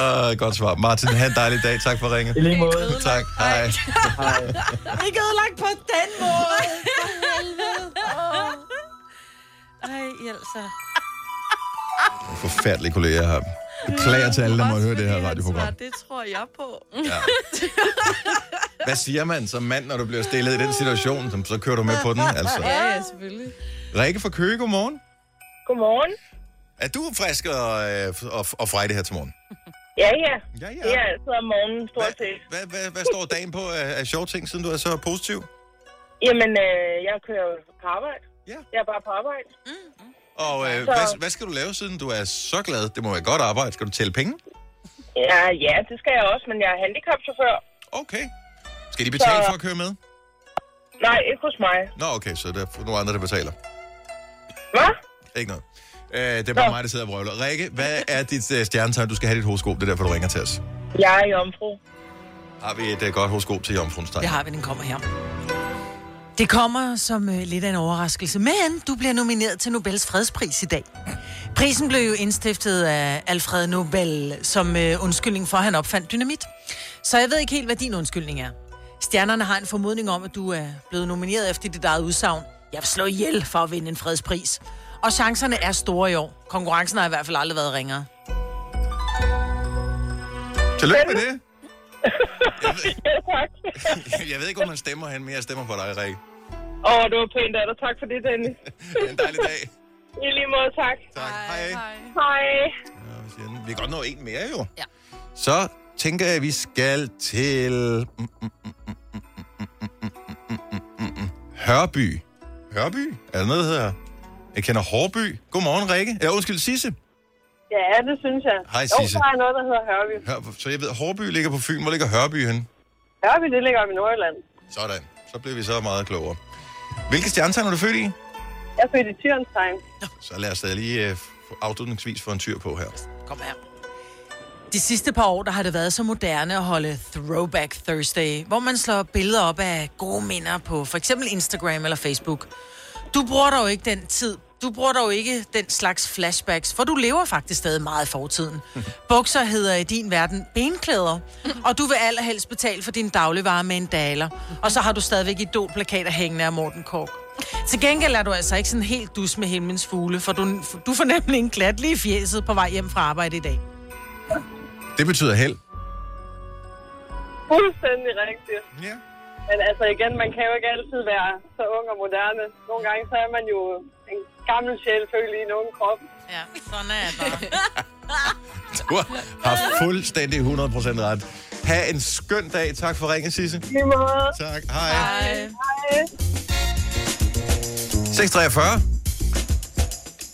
[SPEAKER 1] Uh, godt svar. Martin, have en dejlig dag. Tak for ringet.
[SPEAKER 12] I lige måde.
[SPEAKER 1] Tak. Hej.
[SPEAKER 5] Ikke ødelagt på den måde. Ej, altså.
[SPEAKER 1] Forfærdelige kolleger her. Beklager til alle, der måtte høre det her radioprogram.
[SPEAKER 4] Det tror jeg på.
[SPEAKER 1] Ja. Hvad siger man som mand, når du bliver stillet i den situation? Som så kører du med på den, altså.
[SPEAKER 4] Ja, ja, selvfølgelig.
[SPEAKER 1] Rikke fra Køge, godmorgen.
[SPEAKER 13] Godmorgen.
[SPEAKER 1] Er du frisk og, øh, og, og friday her til morgen?
[SPEAKER 13] Ja, ja.
[SPEAKER 1] Ja, ja.
[SPEAKER 13] Det er altid om morgenen, stort set.
[SPEAKER 1] Hvad, hvad, hvad står dagen på af, af sjove ting, siden du er så positiv?
[SPEAKER 13] Jamen, øh, jeg kører jo på arbejde.
[SPEAKER 1] Ja.
[SPEAKER 13] Jeg er bare på arbejde.
[SPEAKER 1] Og øh,
[SPEAKER 13] Så-
[SPEAKER 1] hvad, hvad skal du lave, siden du er så glad? Det må være godt arbejde. Skal du tælle penge?
[SPEAKER 13] Ja, ja, det skal jeg også, men jeg er handicapchauffør.
[SPEAKER 1] Okay. Skal de betale
[SPEAKER 13] Så-
[SPEAKER 1] for at køre med?
[SPEAKER 13] Nej, ikke hos mig.
[SPEAKER 1] Nå, okay, så der er nogle andre, der betaler.
[SPEAKER 13] Hvad?
[SPEAKER 1] Ikke noget. Øh, det er bare mig, der sidder og vrøvler. Rikke, hvad er dit øh, stjernetegn? Du skal have dit horoskop. Det er derfor, du ringer til os.
[SPEAKER 13] Jeg er jomfru.
[SPEAKER 1] Har vi et øh, godt horoskop til Jomfruens tegn?
[SPEAKER 5] Det har vi, den kommer her. Det kommer som øh, lidt af en overraskelse, men du bliver nomineret til Nobels fredspris i dag. Prisen blev jo indstiftet af Alfred Nobel som øh, undskyldning for, at han opfandt dynamit. Så jeg ved ikke helt, hvad din undskyldning er. Stjernerne har en formodning om, at du er blevet nomineret efter dit eget udsagn. Jeg vil slå ihjel for at vinde en fredspris. Og chancerne er store i år. Konkurrencen har i hvert fald aldrig været ringere.
[SPEAKER 1] Tillykke med det. Jeg ved, jeg ved ikke, hvor man stemmer hen, men jeg stemmer på dig, Rikke.
[SPEAKER 13] Åh, det var pænt af dig. Tak for det, Dennis.
[SPEAKER 1] en dejlig dag.
[SPEAKER 13] I lige måde, tak.
[SPEAKER 1] Tak. Hej. Hej.
[SPEAKER 13] Hej.
[SPEAKER 1] Vi kan godt nå en mere, jo. Ja. Så tænker jeg, at vi skal til... Mm, mm, mm, mm, mm, mm, mm, mm, mm, mm, mm. Hørby. Hørby? Er der noget, der hedder? Jeg kender Hårby. Godmorgen, Rikke. Ja, undskyld, Sisse.
[SPEAKER 13] Ja, det synes jeg.
[SPEAKER 1] Hej,
[SPEAKER 13] Jo,
[SPEAKER 1] Sisse.
[SPEAKER 13] der er noget, der hedder Hørby.
[SPEAKER 1] Hør, så jeg ved, Hårby ligger på Fyn. Hvor ligger Hørby henne?
[SPEAKER 13] Hørby, det ligger oppe i Nordjylland.
[SPEAKER 1] Sådan. Så bliver vi så meget klogere. Hvilke stjernetegn er du født i?
[SPEAKER 13] Jeg er født i Tyrens tegn.
[SPEAKER 1] Så lad os da lige øh, få- afslutningsvis få en tyr på her.
[SPEAKER 5] Kom her. De sidste par år, der har det været så moderne at holde Throwback Thursday, hvor man slår billeder op af gode minder på for eksempel Instagram eller Facebook. Du bruger dog ikke den tid, du bruger dog ikke den slags flashbacks, for du lever faktisk stadig meget i fortiden. Bukser hedder i din verden benklæder, og du vil allerhelst betale for din dagligvarer med en daler. Og så har du stadigvæk idolplakater hængende af Morten Kork. Til gengæld er du altså ikke sådan helt dus med himlens fugle, for du, du får nemlig en klat lige i fjeset på vej hjem fra arbejde i dag.
[SPEAKER 1] Det betyder held.
[SPEAKER 14] Fuldstændig rigtigt.
[SPEAKER 1] Ja.
[SPEAKER 14] Men altså igen, man kan jo ikke altid være så ung og moderne. Nogle gange så er man jo en gammel sjæl følt i en ung krop.
[SPEAKER 5] Ja, sådan er det bare.
[SPEAKER 1] Du har fuldstændig 100% ret. Ha' en skøn dag. Tak for ringen, Sisse.
[SPEAKER 14] Lige måde.
[SPEAKER 1] Tak. Hej.
[SPEAKER 14] Hej. Hej.
[SPEAKER 1] 643.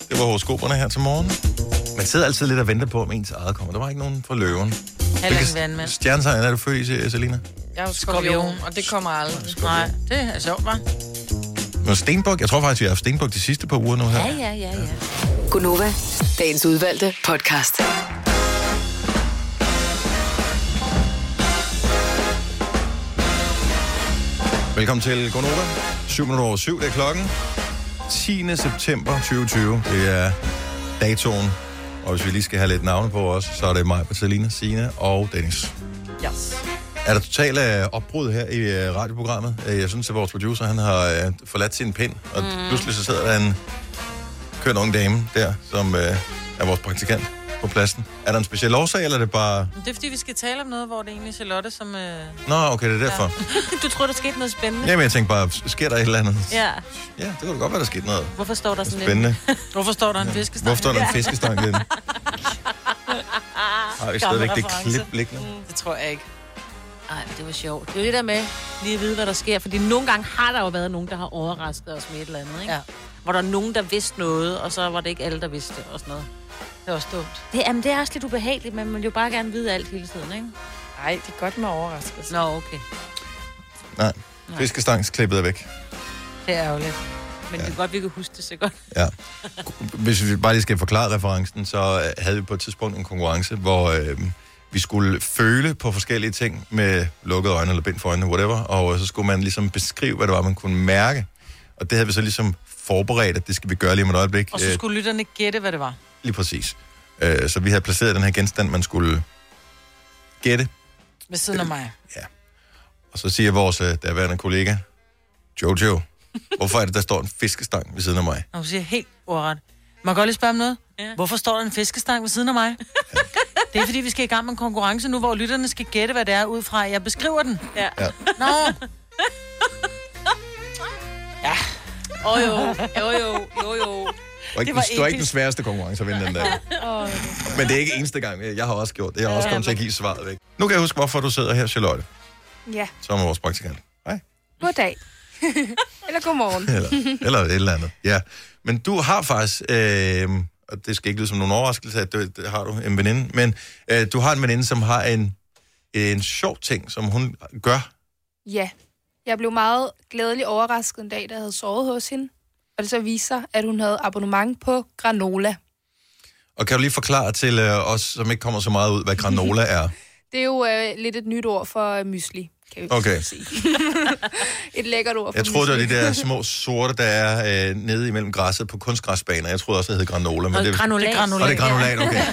[SPEAKER 1] Det var horoskoperne her til morgen. Man sidder altid lidt og venter på, om ens eget kommer. Der var ikke nogen fra løven.
[SPEAKER 2] Heller ikke vandmand.
[SPEAKER 1] Stjernetegn er du født i, Selina?
[SPEAKER 2] Jeg er jo skorpion, og det kommer aldrig. Nej, det er sjovt, hva'?
[SPEAKER 1] Nå, Stenbuk. Jeg tror faktisk, vi har haft Stenbuk de sidste par uger nu her.
[SPEAKER 6] Ja, ja, ja, ja. Gunova, dagens udvalgte podcast.
[SPEAKER 1] Velkommen til Gonova. 7 minutter over 7, det er klokken. 10. september 2020, det er datoen. Og hvis vi lige skal have lidt navne på os, så er det mig, Selina, Sina og Dennis.
[SPEAKER 2] Yes.
[SPEAKER 1] Er der totalt øh, opbrud her i øh, radioprogrammet? Øh, Jeg synes, at vores producer han har øh, forladt sin pind, og mm. pludselig så sidder der en køn ung dame der, som øh, er vores praktikant på pladsen. Er der en speciel årsag, eller er det bare...
[SPEAKER 5] Men Det er fordi, vi skal tale om noget, hvor det er egentlig er Charlotte, som... Øh...
[SPEAKER 1] Nå, okay, det er derfor.
[SPEAKER 3] du tror, der skete noget spændende?
[SPEAKER 1] Ja. Jamen, jeg tænkte bare, sker der et eller andet?
[SPEAKER 3] Ja.
[SPEAKER 1] Ja, det kunne da godt være, der skete noget.
[SPEAKER 3] Hvorfor står der sådan
[SPEAKER 1] Spændende.
[SPEAKER 3] lidt?
[SPEAKER 5] Hvorfor står der en fiskestang?
[SPEAKER 1] Hvorfor står der en fiskestang derinde? Har vi
[SPEAKER 3] Gammel
[SPEAKER 1] stadigvæk det
[SPEAKER 3] reference.
[SPEAKER 1] klip liggende?
[SPEAKER 3] Mm,
[SPEAKER 5] Det tror jeg ikke.
[SPEAKER 3] Nej, det var sjovt. Det er jo det der med lige at vide, hvad der sker. Fordi nogle gange har der jo været nogen, der har overrasket os med et eller andet, ikke? Ja. Hvor der er nogen, der vidste noget, og så var det ikke alle, der vidste det, og sådan noget.
[SPEAKER 2] Det er også dumt.
[SPEAKER 3] Det, jamen, det er også lidt ubehageligt, men man vil jo bare gerne vide alt hele tiden, ikke?
[SPEAKER 2] Nej, det er godt med overraskelse.
[SPEAKER 3] Nå, okay.
[SPEAKER 1] Nej, fiskestangsklippet er væk.
[SPEAKER 2] Det er jo lidt.
[SPEAKER 3] Men ja. det er godt, vi kan huske det så godt.
[SPEAKER 1] Ja. Hvis vi bare lige skal forklare referencen, så øh, havde vi på et tidspunkt en konkurrence, hvor øh, vi skulle føle på forskellige ting med lukkede øjne eller bind for øjnene, whatever, og så skulle man ligesom beskrive, hvad det var, man kunne mærke. Og det havde vi så ligesom forberedt, at det skal vi gøre lige om et øjeblik.
[SPEAKER 5] Og så
[SPEAKER 1] Øh,
[SPEAKER 5] skulle lytterne gætte, hvad det var.
[SPEAKER 1] Lige præcis. Øh, så vi havde placeret den her genstand, man skulle gætte,
[SPEAKER 5] Ved siden af mig.
[SPEAKER 1] og så siger vores øh, daværende kollega, Jojo, hvorfor er det, der står en fiskestang ved siden af mig?
[SPEAKER 5] Og hun siger helt ordret. Må jeg godt lige spørge om noget? Ja. Hvorfor står der en fiskestang ved siden af mig? Det er fordi, vi skal i gang med en konkurrence nu, hvor lytterne skal gætte, hvad det er ud fra, at jeg beskriver den.
[SPEAKER 3] Ja.
[SPEAKER 1] Ja.
[SPEAKER 5] Nå. Ja.
[SPEAKER 3] Åh oh, jo, jo jo, jo jo.
[SPEAKER 1] Og ikke, det, var det var ikke den sværeste konkurrence at vinde den der.
[SPEAKER 3] Åh,
[SPEAKER 1] Men det er ikke eneste gang. Jeg har også gjort det. Jeg har også
[SPEAKER 3] Ja,
[SPEAKER 1] kommet til at give svaret væk. Nu kan jeg huske, hvorfor du sidder her, Charlotte,
[SPEAKER 15] Ja,
[SPEAKER 1] som er vores praktikant.
[SPEAKER 15] goddag. Eller godmorgen.
[SPEAKER 1] Eller, eller et eller andet. Ja. Men du har faktisk, øh, og det skal ikke lyde som nogen overraskelse, at du, det har du en veninde, men øh, du har en veninde, som har en, en sjov ting, som hun gør.
[SPEAKER 15] Ja, jeg blev meget glædelig overrasket en dag, da jeg havde sovet hos hende. Og det så viste sig, at hun havde abonnement på granola.
[SPEAKER 1] Og kan du lige forklare til øh, os, som ikke kommer så meget ud, hvad granola er?
[SPEAKER 15] Det er jo øh, lidt et nyt ord for øh, mysli, kan vi
[SPEAKER 1] Okay.
[SPEAKER 15] sige. et lækkert ord for
[SPEAKER 1] Jeg troede, det var
[SPEAKER 15] mysli.
[SPEAKER 1] de der små sorte, der er øh, nede imellem græsset på kunstgræsbaner. Jeg troede også, det hed granola. Men
[SPEAKER 5] Og
[SPEAKER 1] det,
[SPEAKER 5] granulat.
[SPEAKER 1] Det er granulat. Og det er granulat, okay.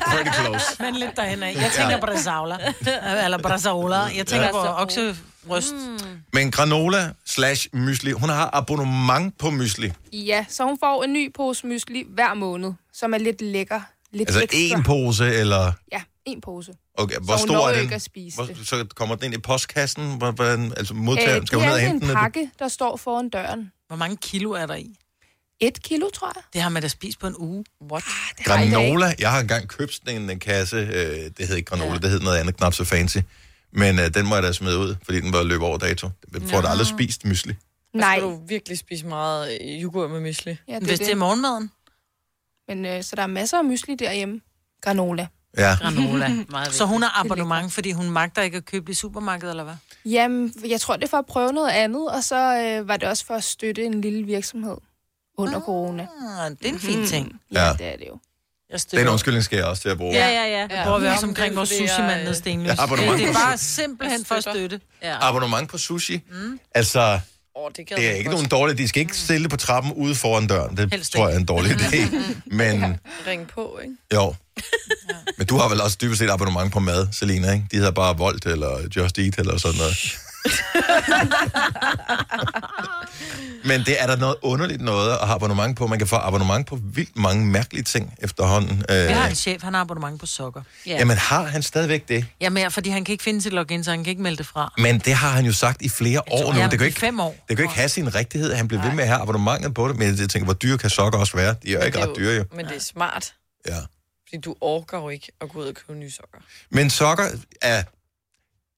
[SPEAKER 1] Pretty close.
[SPEAKER 5] Men lidt derhen af. Jeg tænker
[SPEAKER 1] Ja.
[SPEAKER 5] på brasaula. Eller brasaula. Jeg tænker
[SPEAKER 1] Ja.
[SPEAKER 5] på okseryst. Mm.
[SPEAKER 1] Men granola slash mysli, hun har abonnement på mysli.
[SPEAKER 15] Ja, så hun får en ny pose mysli hver måned, som er lidt lækker. Lidt
[SPEAKER 1] Altså
[SPEAKER 15] ekstra.
[SPEAKER 1] en pose, eller...
[SPEAKER 15] Ja, en pose.
[SPEAKER 1] Okay,
[SPEAKER 15] Så
[SPEAKER 1] hvor
[SPEAKER 15] hun
[SPEAKER 1] stor
[SPEAKER 15] når
[SPEAKER 1] er
[SPEAKER 15] jo
[SPEAKER 1] den?
[SPEAKER 15] ikke at spise
[SPEAKER 1] hvor,
[SPEAKER 15] det.
[SPEAKER 1] så kommer den ind i postkassen? Hvor- Hvordan, altså modtageren, skal
[SPEAKER 15] det
[SPEAKER 1] hun ned
[SPEAKER 15] er altså
[SPEAKER 1] og hente
[SPEAKER 15] en
[SPEAKER 1] den?
[SPEAKER 15] pakke, der står foran døren.
[SPEAKER 5] Hvor mange kilo er der i?
[SPEAKER 15] Et kilo, tror jeg.
[SPEAKER 5] Det har man da spist på en uge. What?
[SPEAKER 15] Ah,
[SPEAKER 1] Granola, jeg har engang købt sådan en, en kasse, øh, det hed ikke granola, ja. det hed noget andet, knap så fancy. Men øh, den må jeg da smide ud, fordi den var løbet over dato. Den får da aldrig spist mysli.
[SPEAKER 15] Nej.
[SPEAKER 2] Så skal du virkelig spise meget øh, yoghurt med mysli.
[SPEAKER 15] Ja, det Hvis er det. det er
[SPEAKER 5] morgenmaden.
[SPEAKER 15] Men øh, så der er masser af mysli derhjemme. Granola.
[SPEAKER 1] Ja.
[SPEAKER 5] Granola.
[SPEAKER 15] vigtigt.
[SPEAKER 5] Så hun har abonnement, fordi hun magter ikke at købe det i supermarkedet, eller hvad?
[SPEAKER 15] Jamen, jeg tror, det er for at prøve noget andet, og så øh, var det også for at støtte en lille virksomhed under ah, corona. Mm.
[SPEAKER 5] Det er en fin ting.
[SPEAKER 15] Ja,
[SPEAKER 1] Ja.
[SPEAKER 15] det er det jo.
[SPEAKER 5] Jeg
[SPEAKER 1] Den undskyldning skal jeg også til at bruge.
[SPEAKER 5] Ja, ja, ja.
[SPEAKER 15] Ja.
[SPEAKER 5] Det bruger vi
[SPEAKER 15] Ja.
[SPEAKER 5] også omkring vores
[SPEAKER 15] Det er,
[SPEAKER 5] sushi-mand nede
[SPEAKER 15] øh,
[SPEAKER 5] Stenløs.
[SPEAKER 1] ja, abonnement.
[SPEAKER 5] Det er bare simpelthen for at støtte.
[SPEAKER 3] Ja.
[SPEAKER 1] Abonnement på sushi. Mm. Altså,
[SPEAKER 2] Oh, det,
[SPEAKER 1] det er ikke nogen dårlig... De skal
[SPEAKER 5] Mm.
[SPEAKER 1] ikke stille det på trappen ude foran døren. Det
[SPEAKER 2] Helst
[SPEAKER 1] tror jeg er en dårlig idé. Men...
[SPEAKER 2] Ring på, ikke?
[SPEAKER 1] Jo. Men du har vel også dybest set abonnement på mad, Selina, ikke? De hedder bare Volt eller Just Eat eller sådan noget. Men det er der noget underligt noget at have abonnement på. Man kan få abonnement på vildt mange mærkelige ting efterhånden. Øh,
[SPEAKER 5] Jeg har en chef, han har abonnement på sokker.
[SPEAKER 1] ja. Jamen har han stadigvæk det?
[SPEAKER 5] Jamen, ja, fordi han kan ikke finde sit login, så han kan ikke melde det fra.
[SPEAKER 1] Men det har han jo sagt i flere år nu.
[SPEAKER 5] ja,
[SPEAKER 1] Det kan jo
[SPEAKER 5] i
[SPEAKER 1] ikke,
[SPEAKER 5] fem år.
[SPEAKER 1] Det kan jo ikke have sin rigtighed. Han blev ved med at have abonnementet på det. Men jeg tænker, hvor dyre kan sokker også være? De er jo ikke ret dyre jo.
[SPEAKER 16] Men det er smart.
[SPEAKER 1] Ja.
[SPEAKER 16] Fordi du orker jo ikke at gå ud og købe nye sokker.
[SPEAKER 1] Men sokker er...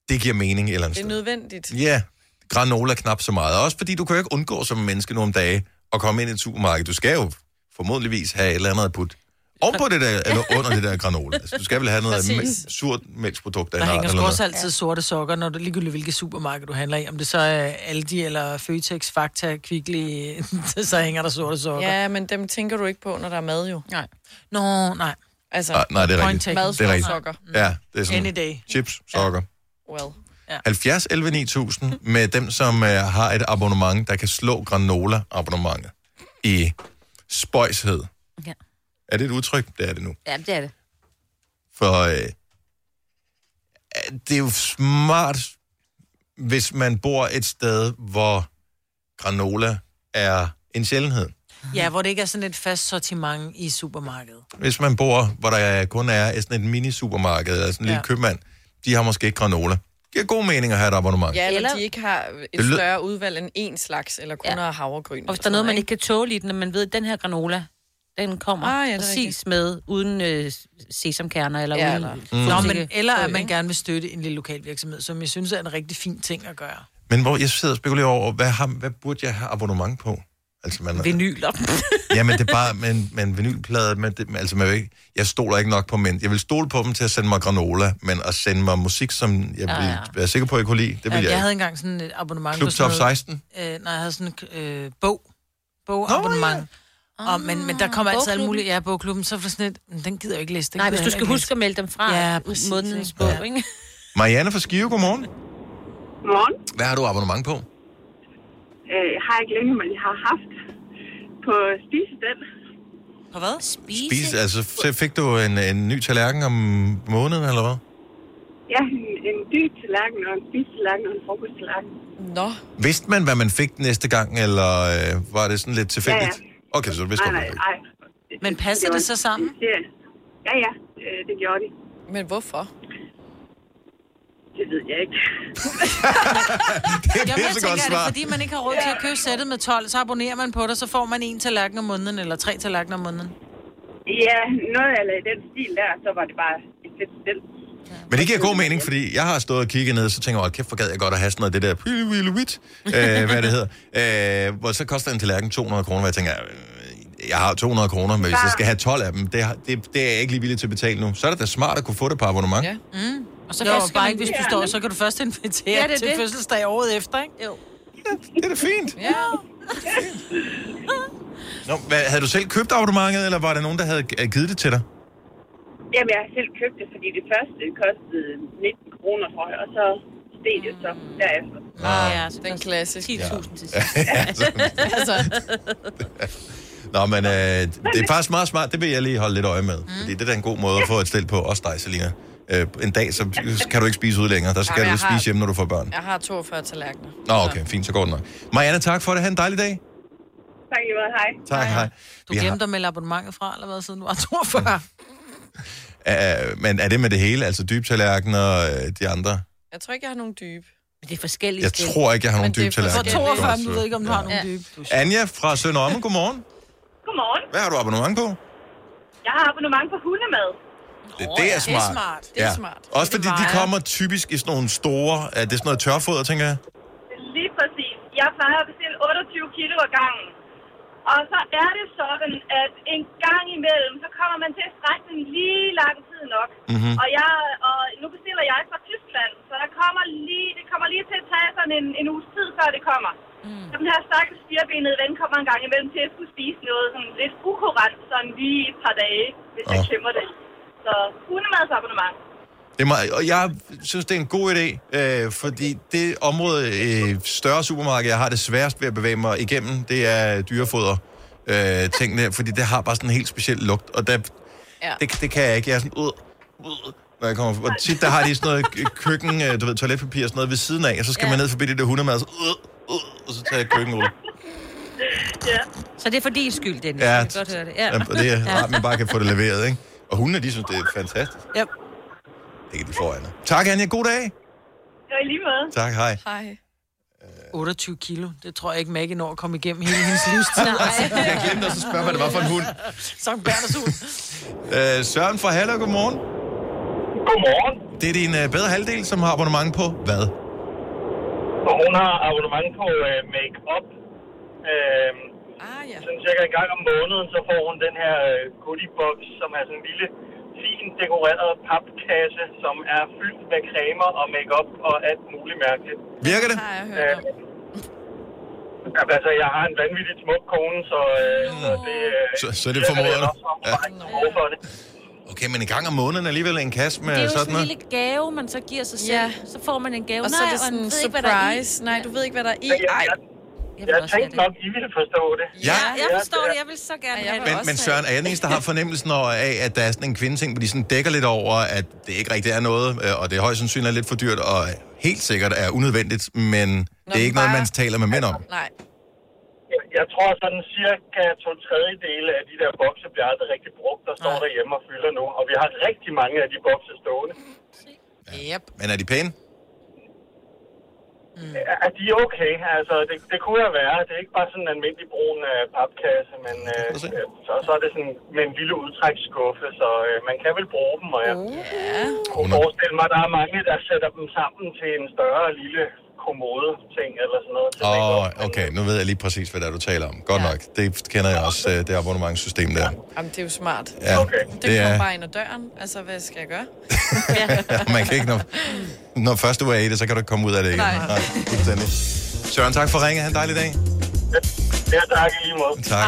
[SPEAKER 1] Det giver mening et eller andet
[SPEAKER 16] Det er nødvendigt.
[SPEAKER 1] Ja, granola knap så meget. Også fordi du kan jo ikke undgå som menneske nogle dage at komme ind i et supermarked. Du skal jo formodentligvis have et eller andet at putte ovenpå det der, eller under det der granola. Altså, du skal vel have noget
[SPEAKER 5] Præcis.
[SPEAKER 1] mæ- surt mælksprodukt af
[SPEAKER 5] Der
[SPEAKER 1] en art
[SPEAKER 5] hænger
[SPEAKER 1] eller
[SPEAKER 5] sgu også
[SPEAKER 1] noget.
[SPEAKER 5] altid sorte sokker, når du ligegyldigt hvilket supermarked du handler i. Om det så er Aldi eller Føtex, Fakta, Kvickly, så hænger der sorte sokker.
[SPEAKER 16] Ja, men dem tænker du ikke på, når der er mad jo.
[SPEAKER 5] Nej. Nå, nej.
[SPEAKER 16] Altså,
[SPEAKER 1] Ah, nej, det er
[SPEAKER 5] Point
[SPEAKER 1] rigtigt.
[SPEAKER 5] taken.
[SPEAKER 1] Det er rigtigt.
[SPEAKER 16] Sokker.
[SPEAKER 1] Ja, det er sådan.
[SPEAKER 5] Any day.
[SPEAKER 1] Chips, sokker.
[SPEAKER 16] Well. Ja.
[SPEAKER 1] 70 11 9000 med dem, som øh, har et abonnement, der kan slå granola-abonnementet i spøjshed.
[SPEAKER 3] Ja.
[SPEAKER 1] Er det et udtryk? Det er det nu.
[SPEAKER 3] Ja, det er det.
[SPEAKER 1] For øh, det er jo smart, hvis man bor et sted, hvor granola er en sjældenhed.
[SPEAKER 5] Ja, hvor det ikke er sådan et fast sortiment i supermarkedet.
[SPEAKER 1] Hvis man bor, hvor der kun er sådan et mini-supermarked eller sådan en lille
[SPEAKER 5] Ja.
[SPEAKER 1] købmand, de har måske ikke granola. Det giver god mening at have et abonnement.
[SPEAKER 16] Ja, eller, de ikke har et
[SPEAKER 1] Det lød-
[SPEAKER 16] større udvalg end én slags, eller kun ja. har havregryn.
[SPEAKER 3] Og hvis der er noget, man ikke kan tåle i den, og man ved, at den her granola, den kommer
[SPEAKER 16] Ah, ja,
[SPEAKER 3] ah,
[SPEAKER 16] det
[SPEAKER 3] ja,
[SPEAKER 16] er
[SPEAKER 3] præcis
[SPEAKER 16] rigtigt.
[SPEAKER 3] med, uden øh, sesamkerner eller
[SPEAKER 5] Ja,
[SPEAKER 3] ja, uden...
[SPEAKER 5] eller-
[SPEAKER 1] Mm.
[SPEAKER 3] Eller.
[SPEAKER 5] Nå, men, eller at man gerne vil støtte en lille lokal virksomhed, som jeg synes er en rigtig fin ting at gøre.
[SPEAKER 1] Men hvor jeg sidder og spekulerer over, hvad, har, hvad burde jeg have abonnement på? Altså, man,
[SPEAKER 5] Vinyler.
[SPEAKER 1] ja, men det er bare, men, men vinylplader, men det, men altså, man vil ikke, jeg stoler ikke nok på mænd. Jeg vil stole på dem til at sende mig granola, men at sende mig musik, som jeg
[SPEAKER 5] Ja,
[SPEAKER 1] ja,
[SPEAKER 5] Ah, ja.
[SPEAKER 1] ja. er sikker på, at jeg kunne lide, det vil
[SPEAKER 5] jeg,
[SPEAKER 1] jeg,
[SPEAKER 5] jeg
[SPEAKER 1] ikke.
[SPEAKER 5] havde engang sådan et abonnement
[SPEAKER 1] Klub
[SPEAKER 5] på sådan
[SPEAKER 1] Top
[SPEAKER 5] noget-
[SPEAKER 1] 16?
[SPEAKER 5] Øh, nej, jeg havde sådan en øh, bog. Bogabonnement. Oh, og, men,
[SPEAKER 1] Ah,
[SPEAKER 5] men der kommer altid alle
[SPEAKER 3] bogklubben.
[SPEAKER 5] mulige... Ja, bogklubben, så var sådan et, "Men den gider jeg ikke læse. Den gider
[SPEAKER 3] Nej, hvis du
[SPEAKER 5] jeg
[SPEAKER 3] skal
[SPEAKER 5] ikke
[SPEAKER 3] huske at melde dem fra
[SPEAKER 5] Ja,
[SPEAKER 3] ja,
[SPEAKER 5] præcis,
[SPEAKER 3] månedens
[SPEAKER 5] ikke?
[SPEAKER 3] bog,
[SPEAKER 5] Ja.
[SPEAKER 3] ikke?
[SPEAKER 1] Marianne fra Skive, godmorgen.
[SPEAKER 17] Morgen.
[SPEAKER 1] Hvad har du abonnement på?
[SPEAKER 17] Øh, har jeg glemt, men jeg har haft på spise den.
[SPEAKER 5] På hvad?
[SPEAKER 17] Spise?
[SPEAKER 1] Spis, altså, så fik du en, en ny tallerken om måneden, eller hvad?
[SPEAKER 17] Ja, en, en dyb tallerken og en spisetallerken og en frokosttallerken.
[SPEAKER 16] Nå.
[SPEAKER 1] Vidste man, hvad man fik næste gang, eller øh, var det sådan lidt tilfældigt?
[SPEAKER 17] Ja,
[SPEAKER 1] Okay, så du vidste
[SPEAKER 17] nej,
[SPEAKER 1] godt, hvad
[SPEAKER 17] nej,
[SPEAKER 1] du fik.
[SPEAKER 17] nej.
[SPEAKER 5] Men passer det så sammen?
[SPEAKER 17] Ja, ja, øh, det gjorde de.
[SPEAKER 16] Men hvorfor?
[SPEAKER 17] Det ved jeg ikke.
[SPEAKER 1] er et
[SPEAKER 5] Jamen, jeg
[SPEAKER 1] pissegodt
[SPEAKER 5] tænker, er det
[SPEAKER 1] svar.
[SPEAKER 5] fordi, man ikke har råd til at købe sættet med 12, så abonnerer man på det, så får man en tallerken om måneden, eller tre tallerkener om måneden.
[SPEAKER 17] Ja, noget eller i den stil der, så var det bare et fedt stil.
[SPEAKER 1] Men det giver god mening, fordi jeg har stået og kigget ned, og så tænker jeg, "Åh, kæft, hvor gad jeg godt at have sådan noget, det der pilviluit, øh, hvad det hedder. Øh, hvor så koster en tallerken 200 kroner, hvor jeg tænker, "Øh, jeg har 200 kroner, men hvis jeg skal have 12 af dem, det, har- det, det er jeg ikke lige villig til at betale nu. Så er det da smart at kunne få det på abonnement. Ja.
[SPEAKER 5] Mm. Og så
[SPEAKER 3] Jo,
[SPEAKER 5] jo, bare
[SPEAKER 3] man-
[SPEAKER 5] ikke, hvis du
[SPEAKER 3] Ja,
[SPEAKER 5] står,
[SPEAKER 3] men-
[SPEAKER 5] så kan du først invitere
[SPEAKER 3] Ja,
[SPEAKER 5] ja,
[SPEAKER 3] det er
[SPEAKER 5] til
[SPEAKER 3] det.
[SPEAKER 5] fødselsdag året efter, ikke?
[SPEAKER 3] Jo.
[SPEAKER 1] Det er da fint.
[SPEAKER 5] Ja.
[SPEAKER 1] Nå, hvad, havde du selv købt abonnementet, eller var der nogen, der havde øh, givet det til dig?
[SPEAKER 17] Jamen, jeg har selv købt det, fordi det første kostede 19 kroner, tror jeg, og så steg det så derefter.
[SPEAKER 1] Ah,
[SPEAKER 3] ja, så
[SPEAKER 16] den klassiske.
[SPEAKER 3] 10.000 til
[SPEAKER 16] altså.
[SPEAKER 1] Nå, men øh, det er faktisk meget smart. Det vil jeg lige holde lidt øje med. Mm. Fordi det er da en god måde at få et stil på. Også dig, Selina. Øh, en dag, så kan du ikke spise ud længere. Der skal
[SPEAKER 16] Jamen,
[SPEAKER 1] du
[SPEAKER 16] jeg har-
[SPEAKER 1] spise hjemme, når du får børn.
[SPEAKER 16] Jeg har 42 tallerkener.
[SPEAKER 1] Nå, okay. Fint, så går det nok. Marianne, tak for det. Ha' en dejlig dag.
[SPEAKER 17] Tak i måde, hej.
[SPEAKER 1] Tak, hej.
[SPEAKER 5] Du glemte at melde abonnementet fra, eller hvad, siden du var 42?
[SPEAKER 1] har, øh, men er det med det hele? Altså dybtallerken og øh, de andre?
[SPEAKER 16] Jeg tror ikke, jeg har nogen dybe.
[SPEAKER 3] Men det er forskellige
[SPEAKER 1] Jeg stil. tror ikke, jeg har nogen dybe tallerkener.
[SPEAKER 5] For 42,
[SPEAKER 1] Det er
[SPEAKER 5] du ved ikke, om du har nogen dybe.
[SPEAKER 1] Anja fra Sønderomme, godmorgen.
[SPEAKER 17] Godmorgen.
[SPEAKER 1] Hvad har du abonnement på?
[SPEAKER 17] Jeg har abonnement på hundemad.
[SPEAKER 1] Det, det er smart.
[SPEAKER 17] Det er smart.
[SPEAKER 1] Også fordi de kommer typisk i sådan nogle store... Er det sådan noget tørfoder, tænker jeg?
[SPEAKER 17] Lige præcis. Jeg plejer at bestille 28 kilo ad gangen. Og så er det sådan, at en gang imellem, så kommer man til at strække den lige lang tid nok.
[SPEAKER 18] Mhm.
[SPEAKER 17] Og, jeg, og nu bestiller jeg fra Tyskland, så der kommer lige, det kommer lige til at tage sådan en, en uges tid, før det kommer. Mm. Så den her stakkels firebenede ven kommer en gang imellem til at skulle spise noget sådan lidt ukurant, sådan lige et par dage, hvis jeg klemmer det. Så hundemadsabonnement.
[SPEAKER 1] Det er meget, og jeg synes, det er en god idé, øh, fordi det område i øh, større supermarked, jeg har det sværest ved at bevæge mig igennem, det er dyrefoder. Øh, tingene, fordi det har bare sådan en helt speciel lugt, og der,
[SPEAKER 16] Ja.
[SPEAKER 1] det, det kan jeg ikke. Jeg er sådan, ud, ud, når jeg kommer forbi. Og tit, der har de sådan noget k- køkken, øh, du ved, toiletpapir og sådan noget ved siden af, og så skal ja. man ned forbi det der hundemad, og så, ud, ud, og så tager jeg køkkenrulle.
[SPEAKER 17] skyld, ja.
[SPEAKER 3] Så det er for din skyld, Dennis.
[SPEAKER 1] Ja,
[SPEAKER 3] jeg kan godt høre det. Ja.
[SPEAKER 1] Jamen, og det er rart, man bare kan få det leveret, ikke? Og hundene, de synes, det er fantastisk.
[SPEAKER 3] Ja.
[SPEAKER 1] Det kan de få, Anna. Tak, Anja. God dag.
[SPEAKER 17] Ja, i lige måde.
[SPEAKER 1] Tak, hej.
[SPEAKER 16] Hej.
[SPEAKER 5] 28 kilo. Det tror jeg ikke, Maggie når at komme igennem hele hendes livstid. Altså.
[SPEAKER 1] Nej. Jeg glemte også at spørge, hvad det var for en hund.
[SPEAKER 5] Sankt Berners hund.
[SPEAKER 1] Øh, Søren fra Haller, godmorgen. Godmorgen. Det er din øh, bedre halvdel, som har abonnement på hvad?
[SPEAKER 12] Og hun har abonnement på øh, make-up. Øh,
[SPEAKER 16] ah, ja.
[SPEAKER 12] Sådan cirka en gang om måneden, så får hun den her øh, goodie box, som er sådan en lille, fint dekoreret papkasse, som er fyldt med cremer og makeup og alt muligt mærkeligt.
[SPEAKER 1] Virker det?
[SPEAKER 16] Nej, jeg
[SPEAKER 12] hører øh, Jamen, altså, jeg har en vanvittigt smuk kone, så, øh,
[SPEAKER 1] Ah.
[SPEAKER 12] så det... Øh,
[SPEAKER 1] Så, så det formoder du. Ja.
[SPEAKER 12] Hvorfor det?
[SPEAKER 1] Okay, men en gang om måneden alligevel en kasse med
[SPEAKER 3] det er jo
[SPEAKER 1] sådan
[SPEAKER 3] sådan en
[SPEAKER 1] noget.
[SPEAKER 3] lille gave, man så giver sig selv.
[SPEAKER 16] Ja.
[SPEAKER 3] Ja. Så får man en gave.
[SPEAKER 16] Og så er det sådan
[SPEAKER 3] man
[SPEAKER 16] en
[SPEAKER 3] ved ikke, hvad der er i.
[SPEAKER 16] surprise. Nej, du ved ikke, hvad der er i.
[SPEAKER 12] Jeg,
[SPEAKER 16] Ej.
[SPEAKER 12] jeg, jeg tænkte nok, I ville forstå det.
[SPEAKER 1] Ja.
[SPEAKER 3] Ja, jeg forstår det. Jeg vil så gerne have det.
[SPEAKER 1] Men, men Søren, er jeg den eneste, der har fornemmelsen over- af, at der er sådan en kvindeting, hvor de sådan dækker lidt over, at det ikke rigtig er noget, øh, og det er højst sandsynligt er lidt for dyrt, og helt sikkert er unødvendigt, men Nå, det er ikke noget, man taler med mænd om.
[SPEAKER 16] Nej.
[SPEAKER 12] Jeg, jeg tror sådan cirka to tredjedele af de der bokse bliver aldrig rigtig brugt, der står derhjemme og fylder nu. Og vi har rigtig mange af de bokse stående.
[SPEAKER 5] Yep.
[SPEAKER 1] Men er de pæne?
[SPEAKER 16] Mm.
[SPEAKER 12] Ja, de er okay. Altså, det, det kunne jo være. Det er ikke bare sådan en almindelig brun øh, papkasse, men øh, øh, så, så er det sådan med en lille udtræksskuffe, så øh, man kan vel bruge dem. Og jeg
[SPEAKER 16] Oh. Ja.
[SPEAKER 12] kunne forestille mig, at der er mange, der sætter dem sammen til en større lille kommode-ting eller sådan noget.
[SPEAKER 1] Åh, oh, okay, nu ved jeg lige præcis, hvad det er, du taler om. Godt nok, det kender jeg også, øh, det abonnementssystem der.
[SPEAKER 16] Jamen, det er jo smart.
[SPEAKER 1] Ja, Okay.
[SPEAKER 16] Det,
[SPEAKER 1] det
[SPEAKER 16] det kommer
[SPEAKER 1] er-
[SPEAKER 16] bare ind ad døren. Altså, hvad skal jeg gøre?
[SPEAKER 1] Og man kan ikke, når, når først du er i det, så kan du ikke komme ud af det igen.
[SPEAKER 16] Nej.
[SPEAKER 1] fuldstændig. Søren, tak for ringet. Ha' en dejlig dag.
[SPEAKER 12] Ja, tak i lige måde.
[SPEAKER 1] Tak.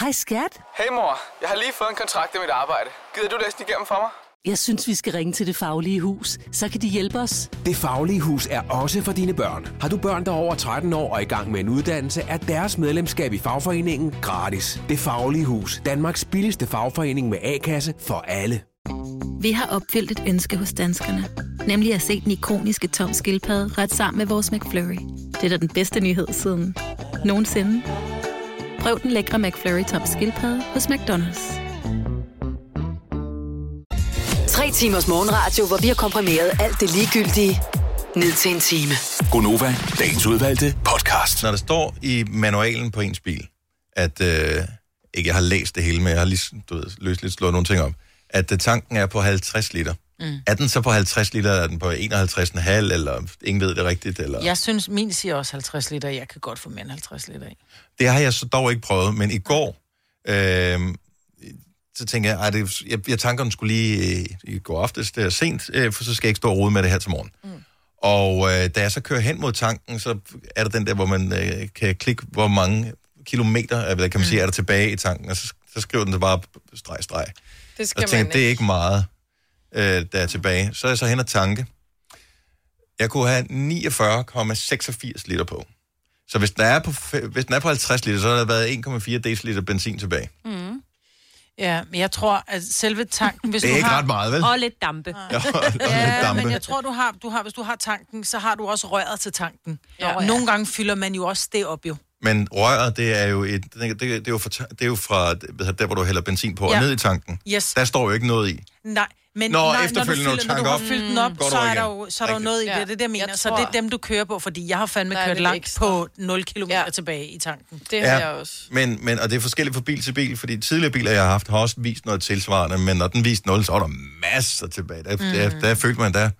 [SPEAKER 18] Hej skat.
[SPEAKER 19] Hey mor, jeg har lige fået en kontrakt med mit arbejde. Gider du læse den igennem for mig?
[SPEAKER 18] Jeg synes, vi skal ringe til Det Faglige Hus. Så kan de hjælpe os.
[SPEAKER 20] Det Faglige Hus er også for dine børn. Har du børn, der er over 13 år og i gang med en uddannelse, er deres medlemskab i fagforeningen gratis. Det Faglige Hus. Danmarks billigste fagforening med A-kasse for alle.
[SPEAKER 21] Vi har opfyldt et ønske hos danskerne. Nemlig at se den ikoniske tom skildpadde ret sammen med vores McFlurry. Det er da den bedste nyhed siden nogensinde. Prøv den lækre McFlurry tom skildpadde hos McDonald's.
[SPEAKER 6] Tre timers morgenradio, hvor vi har komprimeret alt det ligegyldige ned til en time.
[SPEAKER 1] Gonova, dagens udvalgte podcast. Når der står i manualen på ens bil, at øh, ikke jeg har læst det hele, men jeg har lige du ved, løst lidt slået nogle ting op, at øh, tanken er på 50 liter. Mm. Er den så på 50 liter, eller er den på 51,5, eller ingen ved det rigtigt? Eller?
[SPEAKER 5] Jeg synes, min siger også 50 liter. Jeg kan godt få mere end 50 liter i.
[SPEAKER 1] Det har jeg så dog ikke prøvet, men i går, øh, så tænker jeg, ej, det, jeg, jeg tanker den skulle lige øh, i går aftes, det er sent, øh, for så skal jeg ikke stå og rode med det her til morgen. Mm. Og øh, da jeg så kører hen mod tanken, så er der den der, hvor man øh, kan klikke, hvor mange kilometer, øh, hvad kan man mm. sige, er der tilbage i tanken, og så, så skriver den så bare streg, streg.
[SPEAKER 16] Det
[SPEAKER 1] Og
[SPEAKER 16] skal
[SPEAKER 1] jeg tænker,
[SPEAKER 16] man
[SPEAKER 1] det er ikke meget, øh, der er tilbage. Så er jeg så hen og tanke. Jeg kunne have 49,86 liter på. Så hvis den, er på, fe- hvis den er på 50 liter, så har der været 1,4 dl benzin tilbage.
[SPEAKER 5] Mm. Ja, men jeg tror, at selve tanken... Hvis
[SPEAKER 1] Det er
[SPEAKER 5] du
[SPEAKER 1] ikke
[SPEAKER 5] har...
[SPEAKER 1] ret meget, vel? Og
[SPEAKER 3] lidt dampe.
[SPEAKER 1] Ja, og- og lidt
[SPEAKER 5] ja
[SPEAKER 1] dampe.
[SPEAKER 5] men jeg tror, du har, du har, hvis du har tanken, så har du også røret til tanken.
[SPEAKER 3] Ja.
[SPEAKER 5] Ja. Nogle gange fylder man jo også det op, jo.
[SPEAKER 1] Men røret, det er jo, et, det, det, det er jo, fra, det er jo fra hvad hedder det, der, hvor du hælder benzin på ja. og
[SPEAKER 5] Ja.
[SPEAKER 1] ned i tanken.
[SPEAKER 5] Yes.
[SPEAKER 1] Der står jo ikke noget i.
[SPEAKER 5] Nej, men
[SPEAKER 1] Nå,
[SPEAKER 5] nej, når, du
[SPEAKER 1] efterfølgende,
[SPEAKER 5] fylder,
[SPEAKER 1] når du
[SPEAKER 5] når du
[SPEAKER 1] tanker
[SPEAKER 5] har
[SPEAKER 1] op,
[SPEAKER 5] fyldt den
[SPEAKER 1] mm,
[SPEAKER 5] op,
[SPEAKER 1] går
[SPEAKER 5] så
[SPEAKER 1] du
[SPEAKER 5] er
[SPEAKER 1] igen.
[SPEAKER 5] der jo så er der jo
[SPEAKER 1] Rigtigt.
[SPEAKER 5] noget i det.
[SPEAKER 16] Ja.
[SPEAKER 5] Det er det, jeg mener.
[SPEAKER 16] Jeg
[SPEAKER 5] så det er
[SPEAKER 16] tror-
[SPEAKER 5] dem, du kører på, fordi jeg har fandme
[SPEAKER 16] Der er
[SPEAKER 5] kørt
[SPEAKER 16] lidt
[SPEAKER 5] langt
[SPEAKER 16] ekstra.
[SPEAKER 5] på 0 km ja. tilbage i tanken.
[SPEAKER 16] Det
[SPEAKER 1] Men, men, og det er forskelligt fra bil til bil, fordi tidligere biler, jeg har haft, har også vist noget tilsvarende, men når den viste 0, så var der masser tilbage. Der, mm.
[SPEAKER 16] Mhm.
[SPEAKER 1] der, der følte man, der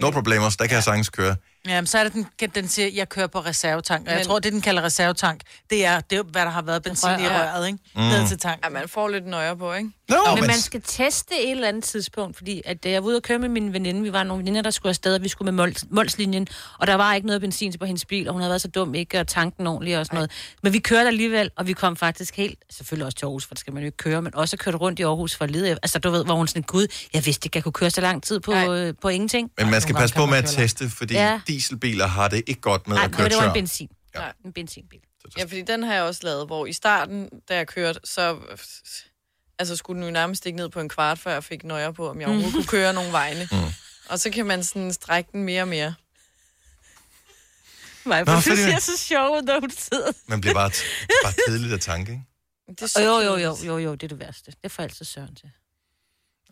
[SPEAKER 1] no problemer, så der kan jeg sagtens køre.
[SPEAKER 5] Ja, men så er det, den, den siger, jeg kører på reservetank. Og jeg tror, det, den kalder reservetank, det er, det er hvad der har været benzin i
[SPEAKER 16] Rør, ja.
[SPEAKER 5] røret, ikke?
[SPEAKER 1] Mm.
[SPEAKER 5] Ned til tanken.
[SPEAKER 16] Ja, man får lidt nøje på, ikke?
[SPEAKER 1] Nå,
[SPEAKER 3] Nå,
[SPEAKER 1] men-
[SPEAKER 3] men man skal teste et eller andet tidspunkt, fordi at, øh, jeg var ude og køre med min veninde. Vi var nogle veninder, der skulle afsted, og vi skulle med Mols- Molslinjen, og der var ikke noget benzin til på hendes bil, og hun havde været så dum ikke at tanke den ordentligt og sådan noget. Men vi kørte alligevel, og vi kom faktisk helt, selvfølgelig også til Aarhus, for det skal man jo ikke køre, men også kørte rundt i Aarhus for at lede. Altså, du ved, hvor hun sådan, gud, jeg vidste ikke, jeg kunne køre så lang tid på, øh, på ingenting.
[SPEAKER 1] Men man skal passe på med at teste, fordi
[SPEAKER 3] Ja.
[SPEAKER 1] ja. dieselbiler har det ikke godt med
[SPEAKER 3] Nej,
[SPEAKER 1] at
[SPEAKER 3] men
[SPEAKER 1] køre
[SPEAKER 3] det var en
[SPEAKER 1] tør.
[SPEAKER 3] benzin.
[SPEAKER 16] Ja.
[SPEAKER 3] En benzinbil.
[SPEAKER 16] Ja, fordi den har jeg også lavet, hvor i starten, da jeg kørte, så altså, skulle den jo nærmest ikke ned på en kvart, før jeg fik nøjer på, om jeg overhovedet kunne
[SPEAKER 1] Mm.
[SPEAKER 16] køre nogle vegne. Og så kan man sådan strække den mere og mere.
[SPEAKER 1] Nå,
[SPEAKER 3] Nej, for
[SPEAKER 1] fordi-
[SPEAKER 3] det ser så sjovt ud, når hun sidder.
[SPEAKER 1] Man bliver bare, t- bare kedelig af tanke, ikke?
[SPEAKER 3] Det er så jo, jo, jo, jo, jo, det er det værste. Det får altid Søren til.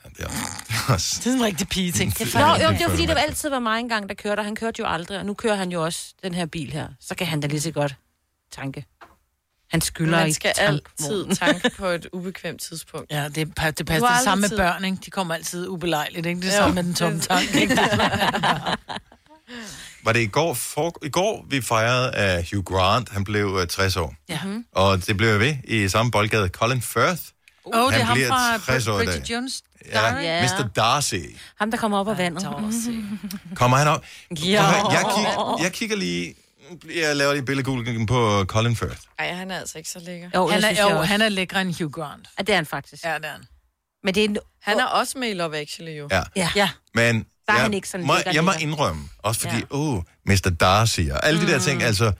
[SPEAKER 1] Det
[SPEAKER 5] er en rigtig pige ting.
[SPEAKER 3] Det Nå, jo, det var fordi, det var altid var mig engang, der kørte, og han kørte jo aldrig, og nu kører han jo også den her bil her. Så kan han da lige så godt tanke. Han skylder i
[SPEAKER 16] Man skal
[SPEAKER 3] tankvognen.
[SPEAKER 16] altid tanke på et ubekvemt tidspunkt.
[SPEAKER 5] Ja, det, pa- det
[SPEAKER 16] Du
[SPEAKER 5] passer
[SPEAKER 16] har
[SPEAKER 5] det samme
[SPEAKER 16] aldrig
[SPEAKER 5] med
[SPEAKER 16] tid.
[SPEAKER 5] børn, ikke? De kommer altid ubelejligt, ikke? Det er
[SPEAKER 16] Jo,
[SPEAKER 5] samme med den tomme
[SPEAKER 16] det-
[SPEAKER 5] tank, ikke?
[SPEAKER 1] Var det i går? For, I går vi fejrede af Hugh Grant. Han blev øh, 60 år.
[SPEAKER 5] Ja.
[SPEAKER 16] Mhm.
[SPEAKER 1] Og det blev ved i samme boldgade. Colin Firth.
[SPEAKER 5] Åh, oh, det er
[SPEAKER 1] han
[SPEAKER 5] ham
[SPEAKER 1] bliver
[SPEAKER 5] fra
[SPEAKER 1] 60 år i dag.
[SPEAKER 5] Bridget Jones.
[SPEAKER 1] Ja,
[SPEAKER 3] Ja.
[SPEAKER 1] Mr. Darcy.
[SPEAKER 3] Ham, der kommer op af vandet.
[SPEAKER 1] Kommer han op?
[SPEAKER 3] Jo.
[SPEAKER 1] Prøv at høre, Jeg, kig, jeg kigger lige... Jeg laver lige billedgulgen på Colin Firth.
[SPEAKER 16] Nej, han er altså ikke så lækker.
[SPEAKER 3] Jo,
[SPEAKER 5] han,
[SPEAKER 3] jeg synes
[SPEAKER 5] er,
[SPEAKER 3] jeg
[SPEAKER 5] jo,
[SPEAKER 3] også.
[SPEAKER 5] han er lækre end Hugh Grant.
[SPEAKER 3] Ja, det er han faktisk.
[SPEAKER 5] Ja, det er han.
[SPEAKER 3] Men det er en...
[SPEAKER 16] Han er også med i Love Actually, jo.
[SPEAKER 1] Ja.
[SPEAKER 5] ja.
[SPEAKER 1] Men
[SPEAKER 16] Der er
[SPEAKER 1] jeg,
[SPEAKER 16] han ikke sådan
[SPEAKER 1] må,
[SPEAKER 16] lækker,
[SPEAKER 1] jeg må
[SPEAKER 16] lækker.
[SPEAKER 1] indrømme, også fordi, åh, ja. oh, Mr. Darcy og alle mm. de der ting, altså,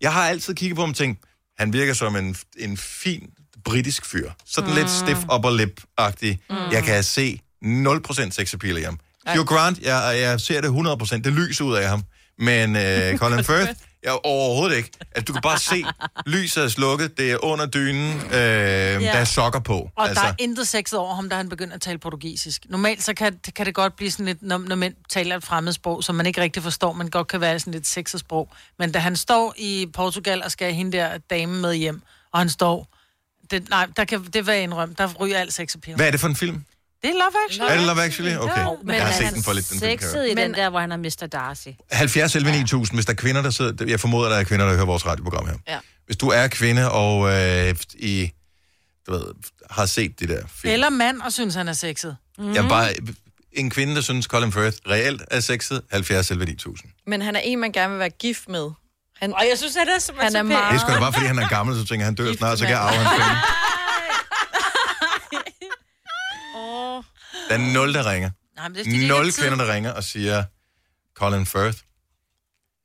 [SPEAKER 1] jeg har altid kigget på ham og tænkt, han virker som en, en fin britisk fyr. Sådan mm. lidt stiff upper lip-agtig. Mm. Jeg kan se 0% sex appeal i ham.
[SPEAKER 7] Ej.
[SPEAKER 1] Hugh Grant, jeg, jeg ser det 100%, det lyser ud af ham. Men øh, Colin Firth, jeg overhovedet ikke. Altså, du kan bare se, lyset er slukket, det er under dynen, øh, ja. der er sokker på.
[SPEAKER 5] Og altså.
[SPEAKER 1] altså.
[SPEAKER 5] der er intet sexet over ham, da han begynder at tale portugisisk. Normalt så kan, kan det godt blive sådan lidt, når, når mænd taler et fremmed sprog, som man ikke rigtig forstår, men godt kan være sådan lidt sexet sprog. Men da han står i Portugal og skal have hende der dame med hjem, og han står... Det, nej, der kan, det var indrømme. Der ryger alt sex appeal.
[SPEAKER 1] Hvad er det for en film?
[SPEAKER 5] Det er Love Actually.
[SPEAKER 1] Er det Love Actually? Okay.
[SPEAKER 3] Men
[SPEAKER 1] jeg har
[SPEAKER 3] er
[SPEAKER 1] set
[SPEAKER 3] han
[SPEAKER 1] den for lidt, den film, kan jeg
[SPEAKER 3] Sexet i den der, hvor han er Mr. Darcy.
[SPEAKER 1] 70 11 9000, hvis der er kvinder, der sidder... Jeg formoder, der er kvinder, der hører vores radioprogram her.
[SPEAKER 3] Ja.
[SPEAKER 1] Hvis du er kvinde og øh, i, du ved, har set det der film.
[SPEAKER 5] Eller mand, og synes, han er sexet.
[SPEAKER 1] Mm. Jeg er bare en kvinde, der synes, Colin Firth reelt er sexet, 70 11 9000.
[SPEAKER 16] Men han er en, man gerne vil være gift med. Han,
[SPEAKER 3] og jeg synes, han er så
[SPEAKER 16] Han er
[SPEAKER 1] Det er
[SPEAKER 16] meget...
[SPEAKER 1] sgu da bare, fordi han er gammel, så tænker jeg, han dør snart, så kan jeg arve hans penge.
[SPEAKER 16] Åh.
[SPEAKER 1] Der er nul, der ringer.
[SPEAKER 5] Nej, men det er, fordi, de
[SPEAKER 1] Nul
[SPEAKER 5] ikke har tid.
[SPEAKER 1] kvinder, der ringer og siger, Colin Firth.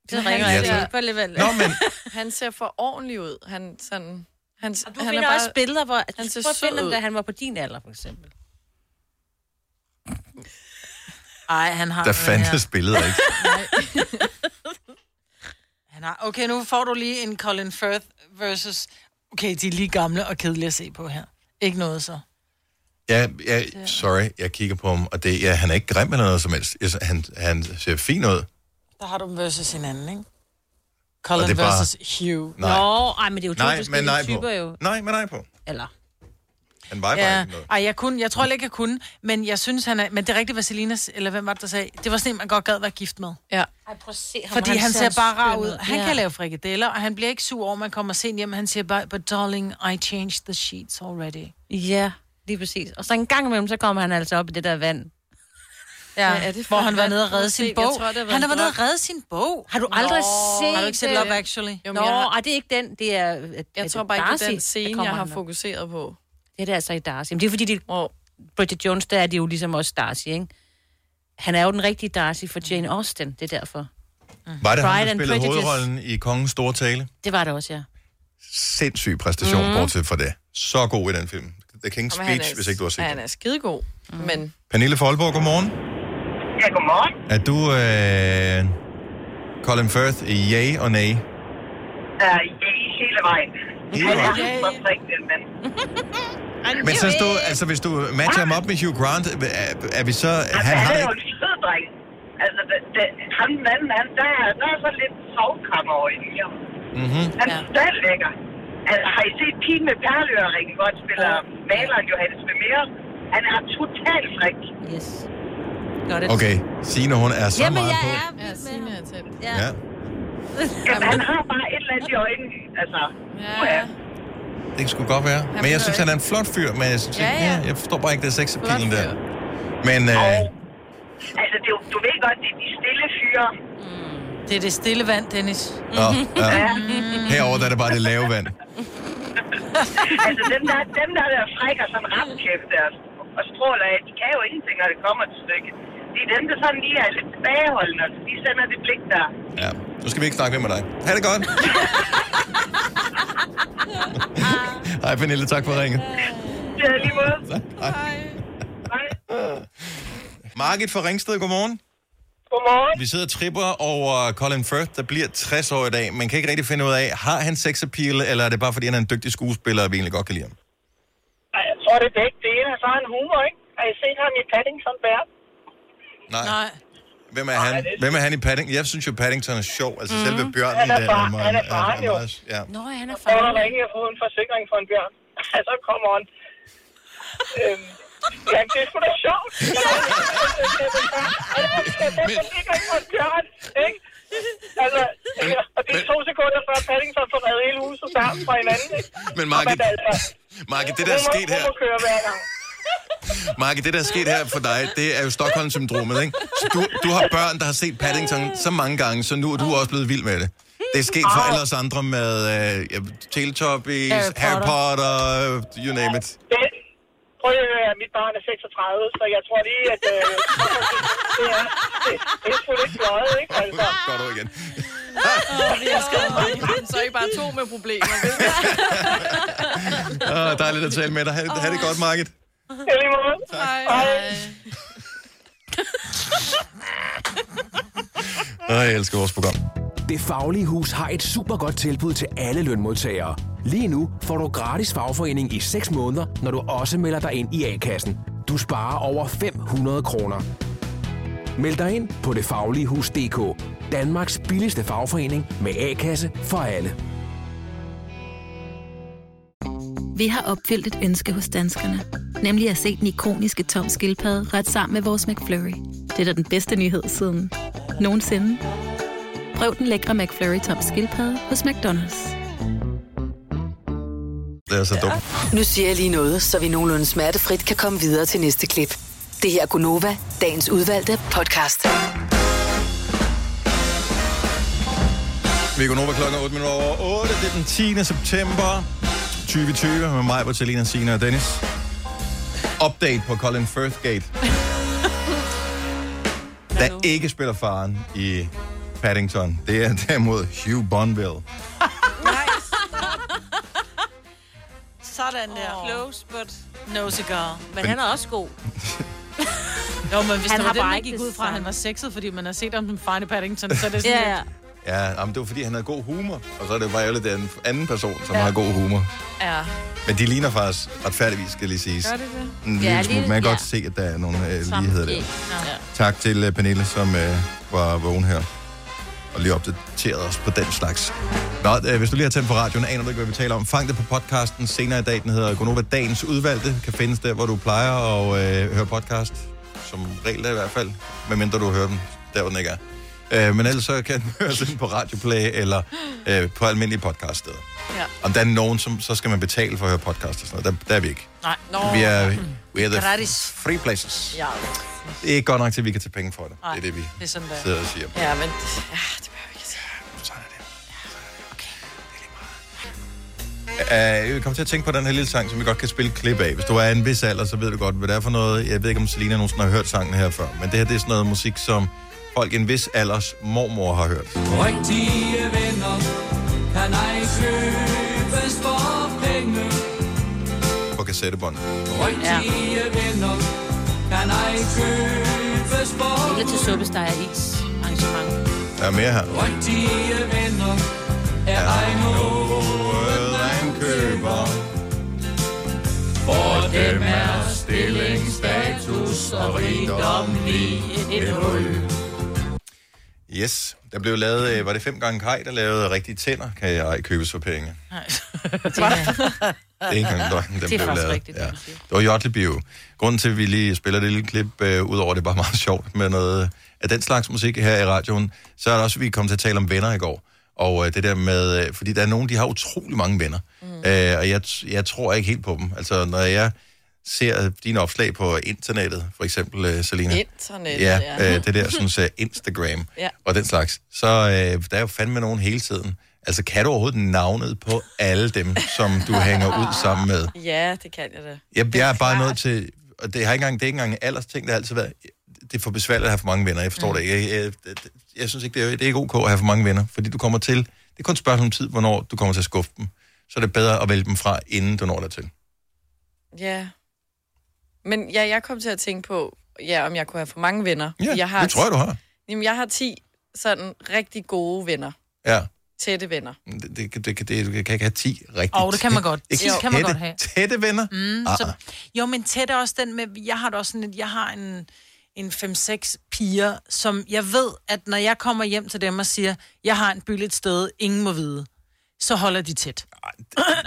[SPEAKER 16] Det
[SPEAKER 1] ringer
[SPEAKER 16] ringer
[SPEAKER 1] Ja,
[SPEAKER 16] ja,
[SPEAKER 1] altså tak.
[SPEAKER 16] altså.
[SPEAKER 1] ikke
[SPEAKER 16] alligevel.
[SPEAKER 1] Nå, men-
[SPEAKER 16] han ser for ordentlig ud. Han, sådan, han,
[SPEAKER 3] Og du han finder også billeder, hvor
[SPEAKER 16] han ser
[SPEAKER 3] prøv at finde
[SPEAKER 16] sød
[SPEAKER 3] ham,
[SPEAKER 16] ud.
[SPEAKER 3] da han var på din alder, for eksempel.
[SPEAKER 5] Ej, han har...
[SPEAKER 1] Der
[SPEAKER 5] noget her.
[SPEAKER 1] fandtes billeder ikke.
[SPEAKER 5] Han har... Okay, nu får du lige en Colin Firth versus... Okay, de er lige gamle og kedelige at se på her. Ikke noget så.
[SPEAKER 1] Ja, ja, sorry, jeg kigger på ham, og det, ja, han er ikke grim eller noget som helst. Jeg- Han, han ser fin ud.
[SPEAKER 5] Der har du dem versus hinanden, ikke?
[SPEAKER 1] Og
[SPEAKER 5] Colin
[SPEAKER 1] det er bare-
[SPEAKER 5] versus Hugh.
[SPEAKER 1] Nej.
[SPEAKER 3] Nå, ej, men det er jo to
[SPEAKER 1] Nej, men
[SPEAKER 3] forskellige
[SPEAKER 1] nej
[SPEAKER 3] typer
[SPEAKER 1] på.
[SPEAKER 3] jo.
[SPEAKER 1] Nej, men nej på.
[SPEAKER 3] Eller?
[SPEAKER 1] Han var bare
[SPEAKER 5] Ja,
[SPEAKER 1] ikke noget.
[SPEAKER 5] Ej, jeg, kunne, jeg tror ikke, jeg kunne, men jeg synes, han er... Men det er rigtigt, hvad Selinas, eller hvem var det, der sagde? Det var sådan en, man godt gad være gift med.
[SPEAKER 16] Ja.
[SPEAKER 3] Ej, prøv at se ham.
[SPEAKER 5] Fordi han, han ser bare rar ud. Han
[SPEAKER 3] Ja.
[SPEAKER 5] kan lave frikadeller, og han bliver ikke sur over, at man kommer sent hjem. Han siger bare, but darling, I changed the sheets already.
[SPEAKER 3] Ja, lige præcis. Og så en gang imellem, så kommer han altså op i det der vand.
[SPEAKER 5] Ja,
[SPEAKER 3] Hvad er det for
[SPEAKER 5] hvor han
[SPEAKER 3] et
[SPEAKER 5] var
[SPEAKER 3] vand?
[SPEAKER 5] nede og
[SPEAKER 3] Prøv at
[SPEAKER 5] redde
[SPEAKER 3] se,
[SPEAKER 5] sin
[SPEAKER 3] jeg
[SPEAKER 5] bog.
[SPEAKER 3] tror, det har været
[SPEAKER 5] han har
[SPEAKER 3] en
[SPEAKER 5] været nede og
[SPEAKER 3] drøm.
[SPEAKER 5] redde sin bog.
[SPEAKER 3] Har du aldrig set
[SPEAKER 5] Har du ikke set
[SPEAKER 3] det?
[SPEAKER 5] Love Actually?
[SPEAKER 3] Jo, Nå,
[SPEAKER 16] har-
[SPEAKER 3] ej, det er ikke den. Det er,
[SPEAKER 16] Jeg tror bare ikke, det er den scene, jeg har fokuseret på.
[SPEAKER 3] Det er det altså i Darcy. Men det er fordi, de, oh. Bridget Jones, der er det jo ligesom også Darcy, ikke? Han er jo den rigtige Darcy for Jane Austen, det er derfor.
[SPEAKER 1] Mm-hmm. Var det ham,
[SPEAKER 3] Pride
[SPEAKER 1] der
[SPEAKER 3] and
[SPEAKER 1] spillede
[SPEAKER 3] Prejudice.
[SPEAKER 1] hovedrollen i Kongens Store Tale?
[SPEAKER 3] Det var det også, ja.
[SPEAKER 1] Sindssyg præstation, mm.
[SPEAKER 16] Mhm.
[SPEAKER 1] bortset fra det. Så god i den film. The King's
[SPEAKER 16] Jamen, han
[SPEAKER 1] Speech,
[SPEAKER 16] er-
[SPEAKER 1] hvis ikke du har set
[SPEAKER 16] ja,
[SPEAKER 1] den.
[SPEAKER 16] Han er skidegod, mm. men...
[SPEAKER 1] Pernille Folborg, godmorgen.
[SPEAKER 13] Ja, godmorgen.
[SPEAKER 1] Er du øh, Colin Firth, yay og nej?
[SPEAKER 13] Uh, ja, hele vejen.
[SPEAKER 1] Hele
[SPEAKER 13] Han er
[SPEAKER 1] vejen.
[SPEAKER 13] helt forfrækkende, men...
[SPEAKER 1] Men så stod, altså hvis du matcher ham op med Hugh Grant, øh, er, er vi så...
[SPEAKER 13] Han,
[SPEAKER 1] Han har
[SPEAKER 13] er jo
[SPEAKER 1] ikke...
[SPEAKER 13] en sød dreng. Altså, det, det, ham manden, han, der, er- der er så lidt sovkammer over i ham.
[SPEAKER 1] Mm-hmm.
[SPEAKER 13] Han er ja. lækker. Altså, har I set Pigen med perleøringen, hvor han spiller maleren Johannes Vermeer? Han er totalt fræk.
[SPEAKER 3] Yes.
[SPEAKER 1] Okay, Signe, hun er så meget på.
[SPEAKER 16] er ja, Signe er tæt.
[SPEAKER 1] Ja.
[SPEAKER 13] Jamen, han har bare et eller andet i øjnene. Altså, ja.
[SPEAKER 1] Det skulle godt være. Men jeg synes, han er en flot fyr, men jeg, synes,
[SPEAKER 13] Ja,
[SPEAKER 1] ja,
[SPEAKER 13] ja.
[SPEAKER 1] ja. jeg forstår bare ikke, det er sexappealen
[SPEAKER 13] Flot
[SPEAKER 1] der. Men øh,
[SPEAKER 13] Altså, det, er jo- du ved godt, det er de stille fyre.
[SPEAKER 5] Mm. Det er det stille vand, Dennis. Mm.
[SPEAKER 1] Nå, ja. herover der er det bare det lave vand.
[SPEAKER 13] altså, dem der, dem der, der frækker sådan ramkæft der og stråler af, de kan jo ingenting, når det kommer til stykket. Det er dem, der sådan lige er lidt tilbageholdende, så de sender det blik der.
[SPEAKER 1] Ja. Nu skal vi ikke snakke mere med dig. Ha' det godt. Hej Pernille, tak for ringet.
[SPEAKER 13] Ja, lige måde.
[SPEAKER 1] Ah. Hej. Margit fra Ringsted, godmorgen.
[SPEAKER 13] Godmorgen.
[SPEAKER 1] Vi sidder og tripper over Colin Firth, der bliver 60 år i dag. Man kan ikke rigtig finde ud af, har han sex appeal, eller er det bare fordi, han er en dygtig skuespiller, og vi egentlig godt kan lide ham?
[SPEAKER 13] Ej, Jeg tror, det er begge dele. Så har han humor, ikke? Har I set ham i Paddington Bear?
[SPEAKER 1] Nej. Nej. Hvem er han? Hvem er han i Paddington? Jeg synes jo, Paddington er sjov. Altså mm. selve bjørnen
[SPEAKER 13] Mhm. Han er
[SPEAKER 1] der,
[SPEAKER 13] far,
[SPEAKER 1] må-
[SPEAKER 13] han er far, jo.
[SPEAKER 1] meget- Ja.
[SPEAKER 13] Nå, han er far. Så er der ringe og få en forsikring for en bjørn. så kommer han. Øhm, ja, det er sgu da sjovt. Men... Forsikring for en bjørn, ikke? Altså, ja, og det er to sekunder før Paddington får reddet hele huset sammen fra hinanden, ikke?
[SPEAKER 1] Men Marke, Marke, det der er sket her,
[SPEAKER 13] Humor kører hver gang.
[SPEAKER 1] Marke, det der er sket her for dig, det er jo Stockholm-syndromet, ikke? Så du, du har børn, der har set Paddington så mange gange, så nu er du også blevet vild med det. Det er sket for alle os andre med uh, ja, Teletubbies,
[SPEAKER 13] Harry
[SPEAKER 1] Harry Potter, Harry Potter you name it.
[SPEAKER 13] Det, prøv lige at høre, mit barn er 36, så jeg tror lige, at øh, det er, det, det er sgu lidt fløjet, ikke? Altså.
[SPEAKER 1] Går du igen.
[SPEAKER 16] Åh, vi elsker dig. Så er I bare to med problemer, vel?
[SPEAKER 1] Oh, dejligt at tale med dig. Ha, ha' det godt, Market.
[SPEAKER 16] Hej.
[SPEAKER 1] Åh, jeg elsker vores program.
[SPEAKER 20] Det Faglige Hus har et super godt tilbud til alle lønmodtagere. Lige nu får du gratis fagforening i 6 måneder, når du også melder dig ind i A-kassen. Du sparer over 500 kroner. Meld dig ind på detfagligehus.dk. Danmarks billigste fagforening med A-kasse for alle.
[SPEAKER 21] Vi har opfyldt et ønske hos danskerne. Nemlig at se den ikoniske tom skildpadde ret sammen med vores McFlurry. Det er da den bedste nyhed siden nogensinde. Prøv den lækre McFlurry tom skildpadde hos McDonald's.
[SPEAKER 1] Det er så dumt.
[SPEAKER 6] Nu siger jeg lige noget, så vi nogenlunde smertefrit kan komme videre til næste klip. Det her er Gunova, dagens udvalgte podcast.
[SPEAKER 1] Vi går nu over klokken 8 minutter over 8. Det er den 10. september 2020 med mig, Bertalina, Sina og Dennis. Update på Colin Firthgate. der ikke spiller faren i Paddington. Det er derimod Hugh Bonville.
[SPEAKER 5] Sådan der. Oh.
[SPEAKER 2] Close, but...
[SPEAKER 5] No cigar.
[SPEAKER 3] Men han er også god.
[SPEAKER 5] Jo, men hvis
[SPEAKER 3] Han
[SPEAKER 5] han det
[SPEAKER 3] har
[SPEAKER 5] var det,
[SPEAKER 3] bare
[SPEAKER 5] man
[SPEAKER 3] ikke
[SPEAKER 5] gik
[SPEAKER 3] det
[SPEAKER 5] ud fra, at han
[SPEAKER 3] samme.
[SPEAKER 5] var sexet, fordi man har set om den fine Paddington, så er det sådan
[SPEAKER 3] Ja,
[SPEAKER 5] ja,
[SPEAKER 3] ja.
[SPEAKER 5] ja.
[SPEAKER 1] Ja, jamen, det var fordi, han havde god humor. Og så er det bare ærgerligt, at den anden person, som ja. har god humor.
[SPEAKER 16] Ja.
[SPEAKER 1] Men de ligner faktisk retfærdigvis, skal lige siges.
[SPEAKER 16] Gør det det?
[SPEAKER 1] En lille smule. Man kan godt se, at der er nogle øh, ligheder der.
[SPEAKER 16] Ja.
[SPEAKER 1] Tak til øh, Pernille, som øh, var vågen her og lige opdateret os på den slags. Nå, øh, hvis du lige har tændt på radioen, aner du ikke, hvad vi taler om. Fang det på podcasten senere i dag. Den hedder Gonova Dagens Udvalgte. Kan findes der, hvor du plejer at øh, høre podcast. Som regel da i hvert fald. Medmindre du hører den, der hvor den ikke er. Øh, men ellers så kan den høres ind på Radioplay eller øh, på almindelige podcaststeder.
[SPEAKER 16] Ja.
[SPEAKER 1] Om der er nogen, som, så skal man betale for at høre podcast og sådan noget. Der, der er vi ikke.
[SPEAKER 5] Nej. Nå.
[SPEAKER 1] Vi er, we are the
[SPEAKER 5] Gratis.
[SPEAKER 1] free places.
[SPEAKER 16] Ja.
[SPEAKER 1] Det er ikke godt nok til, at vi kan tage penge for det. det er det, vi
[SPEAKER 5] det er sådan der.
[SPEAKER 1] sidder og siger.
[SPEAKER 16] Ja, men... Ja, det behøver vi ikke sige.
[SPEAKER 1] Uh, jeg kom til at tænke på den her lille sang, som vi godt kan spille klip af. Hvis du er af en vis alder, så ved du godt, hvad det er for noget. Jeg ved ikke, om Selina nogensinde har hørt sangen her før, men det her det er sådan noget musik, som folk i en vis alders mormor har hørt.
[SPEAKER 4] Rigtige venner kan ej købes for penge.
[SPEAKER 1] På kassettebånd.
[SPEAKER 4] Rigtige venner kan ej købes for penge.
[SPEAKER 3] Eller til suppesteg og is arrangement.
[SPEAKER 1] Der er mere her.
[SPEAKER 4] Rigtige venner er ej noget, man køber. For dem er stilling, status og rigdom lige et hul.
[SPEAKER 1] Yes, der blev lavet, øh, var det fem gange Kai, der lavede rigtige tænder, kan jeg ej købes for penge. Det er ikke engang løgn, den
[SPEAKER 4] Det er
[SPEAKER 1] blev
[SPEAKER 4] faktisk
[SPEAKER 1] lavet.
[SPEAKER 4] rigtigt,
[SPEAKER 1] ja. Det var Jotlebio. Grunden til, at vi lige spiller det lille klip, øh, udover at det er bare meget sjovt med noget øh, af den slags musik her i radioen, så er det også, at vi kom til at tale om venner i går. Og øh, det der med, øh, fordi der er nogen, de har utrolig mange venner. Mm. Øh, og jeg, t- jeg tror ikke helt på dem. Altså, når jeg ser øh, dine opslag på internettet, for eksempel, øh, Selina.
[SPEAKER 16] Internet,
[SPEAKER 1] ja.
[SPEAKER 16] ja.
[SPEAKER 1] Øh, det der, synes jeg, Instagram
[SPEAKER 16] Ja.
[SPEAKER 1] og den slags. Så øh, der er jo fandme nogen hele tiden. Altså, kan du overhovedet navnet på alle dem, som du hænger ud sammen med?
[SPEAKER 16] Ja, det kan jeg da.
[SPEAKER 1] Jeg, jeg er bare nødt til, og det, har ikke engang, det er ikke engang en alderting, det har altid været, det er for besværligt at have for mange venner, jeg forstår mm. det ikke. Jeg, jeg, jeg, jeg synes ikke, det er, det er ikke ok at have for mange venner, fordi du kommer til, det er kun et spørgsmål om tid, hvornår du kommer til at skuffe dem. Så er det bedre at vælge dem fra, inden du når dertil.
[SPEAKER 16] Ja. Men ja, jeg kom til at tænke på, ja, om jeg kunne have for mange venner.
[SPEAKER 1] Ja,
[SPEAKER 16] jeg
[SPEAKER 1] det tror jeg, du har.
[SPEAKER 16] Jamen, jeg har 10 sådan rigtig gode venner.
[SPEAKER 1] Ja.
[SPEAKER 16] Tætte venner.
[SPEAKER 1] Det, det, det, det, det, du kan ikke have 10 rigtigt.
[SPEAKER 5] Åh, det kan man godt.
[SPEAKER 1] Ikke
[SPEAKER 5] 10 kan man
[SPEAKER 1] tætte-
[SPEAKER 5] godt have.
[SPEAKER 1] Tætte venner?
[SPEAKER 5] Mm,
[SPEAKER 1] Ah,
[SPEAKER 5] så, jo, men tæt er også den med, jeg har det også sådan, at jeg har en, en 5-6 piger, som jeg ved, at når jeg kommer hjem til dem og siger, jeg har en byld et sted, ingen må vide, så holder de tæt. Nå,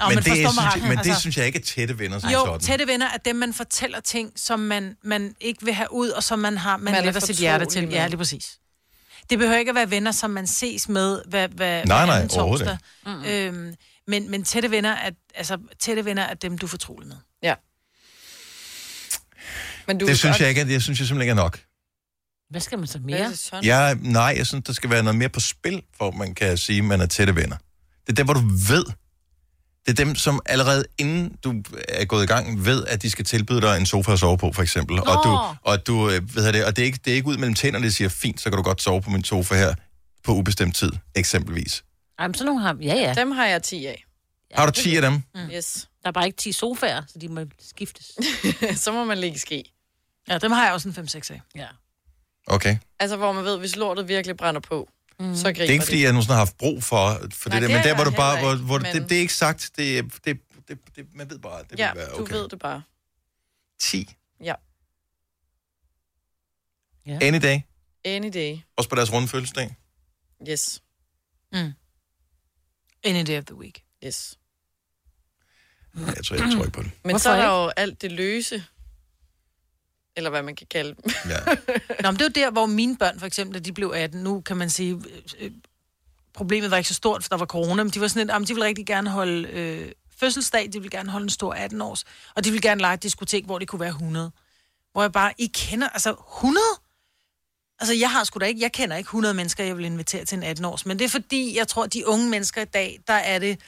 [SPEAKER 1] men, det,
[SPEAKER 5] forstår mig
[SPEAKER 1] synes,
[SPEAKER 5] ret,
[SPEAKER 1] jeg, men det
[SPEAKER 5] altså.
[SPEAKER 1] synes jeg ikke er tætte venner som
[SPEAKER 5] jo,
[SPEAKER 1] sådan.
[SPEAKER 5] tætte venner er dem, man fortæller ting, som man, man ikke vil have ud, og som man har man,
[SPEAKER 16] Man er
[SPEAKER 5] man lægger sit hjerte til.
[SPEAKER 16] fortrolig med.
[SPEAKER 5] Ja, lige præcis. Det behøver ikke at være venner, som man ses med hver,
[SPEAKER 1] Nej,
[SPEAKER 5] hver, hver
[SPEAKER 1] nej,
[SPEAKER 5] anden
[SPEAKER 1] overhovedet
[SPEAKER 5] torsdag. Øhm, men, men tætte venner er, altså, tætte venner er dem, du er fortrolig med.
[SPEAKER 16] Ja. Men
[SPEAKER 1] det synes jeg ikke, er- jeg synes jeg simpelthen ikke er nok.
[SPEAKER 3] Hvad skal man så mere? Hvad
[SPEAKER 1] Ja, nej, jeg synes, der skal være noget mere på spil, hvor man kan sige, at man er tætte venner. Det er dem, hvor du ved. Det er dem, som allerede inden du er gået i gang, ved, at de skal tilbyde dig en sofa at sove på, for eksempel. Og, du, og, du, øh, ved jeg det, og det, er ikke, det er ikke ud mellem tænderne, de siger, fint, så kan du godt sove på min sofa her på ubestemt tid, eksempelvis.
[SPEAKER 3] Ej, men sådan nogle har... Ja, ja.
[SPEAKER 16] Dem har jeg 10 af.
[SPEAKER 1] Har du 10 af dem?
[SPEAKER 16] Mm. Yes.
[SPEAKER 3] Der er bare ikke 10 sofaer, så de må skiftes.
[SPEAKER 16] så må man ligge ske.
[SPEAKER 5] Ja, dem har jeg også en 5-6 af.
[SPEAKER 3] Ja.
[SPEAKER 1] Okay.
[SPEAKER 16] Altså, hvor man ved, hvis lortet virkelig brænder på, mm. så griber
[SPEAKER 1] Det er ikke, fordi jeg nogensinde har haft brug for, for
[SPEAKER 16] Nej,
[SPEAKER 1] det der,
[SPEAKER 16] det
[SPEAKER 1] men
[SPEAKER 16] har
[SPEAKER 1] der, hvor
[SPEAKER 16] jeg
[SPEAKER 1] du bare,
[SPEAKER 16] heller
[SPEAKER 1] hvor,
[SPEAKER 16] ikke,
[SPEAKER 1] hvor
[SPEAKER 16] men-
[SPEAKER 1] det, det er ikke sagt, det, det, det, det, man ved bare, at det
[SPEAKER 16] ja,
[SPEAKER 1] vil være
[SPEAKER 16] du
[SPEAKER 1] okay.
[SPEAKER 16] ved det bare.
[SPEAKER 1] 10
[SPEAKER 16] Ja.
[SPEAKER 3] ja.
[SPEAKER 1] any day,
[SPEAKER 16] Any day.
[SPEAKER 1] også på deres runde fødselsdag.
[SPEAKER 16] Yes.
[SPEAKER 5] Mm. Any day of the week.
[SPEAKER 16] Yes.
[SPEAKER 1] Jeg tror, jeg tror ikke på det.
[SPEAKER 16] Men Hvorfor så er der jo alt det løse, eller hvad man kan kalde dem.
[SPEAKER 5] Nå, men det var der, hvor mine børn, for eksempel, da de blev 18, nu kan man sige, øh, øh, problemet var ikke så stort, for der var corona, men de var sådan lidt, jamen, de ville rigtig gerne holde øh, fødselsdag, de ville gerne holde en stor 18-års, og de ville gerne lege et diskotek, hvor det kunne være 100. Hvor jeg bare, I kender, altså 100? Altså, jeg har sgu da ikke, jeg kender ikke 100 mennesker, jeg vil invitere til en 18-års, men det er fordi, jeg tror, at de unge mennesker i dag, der er det,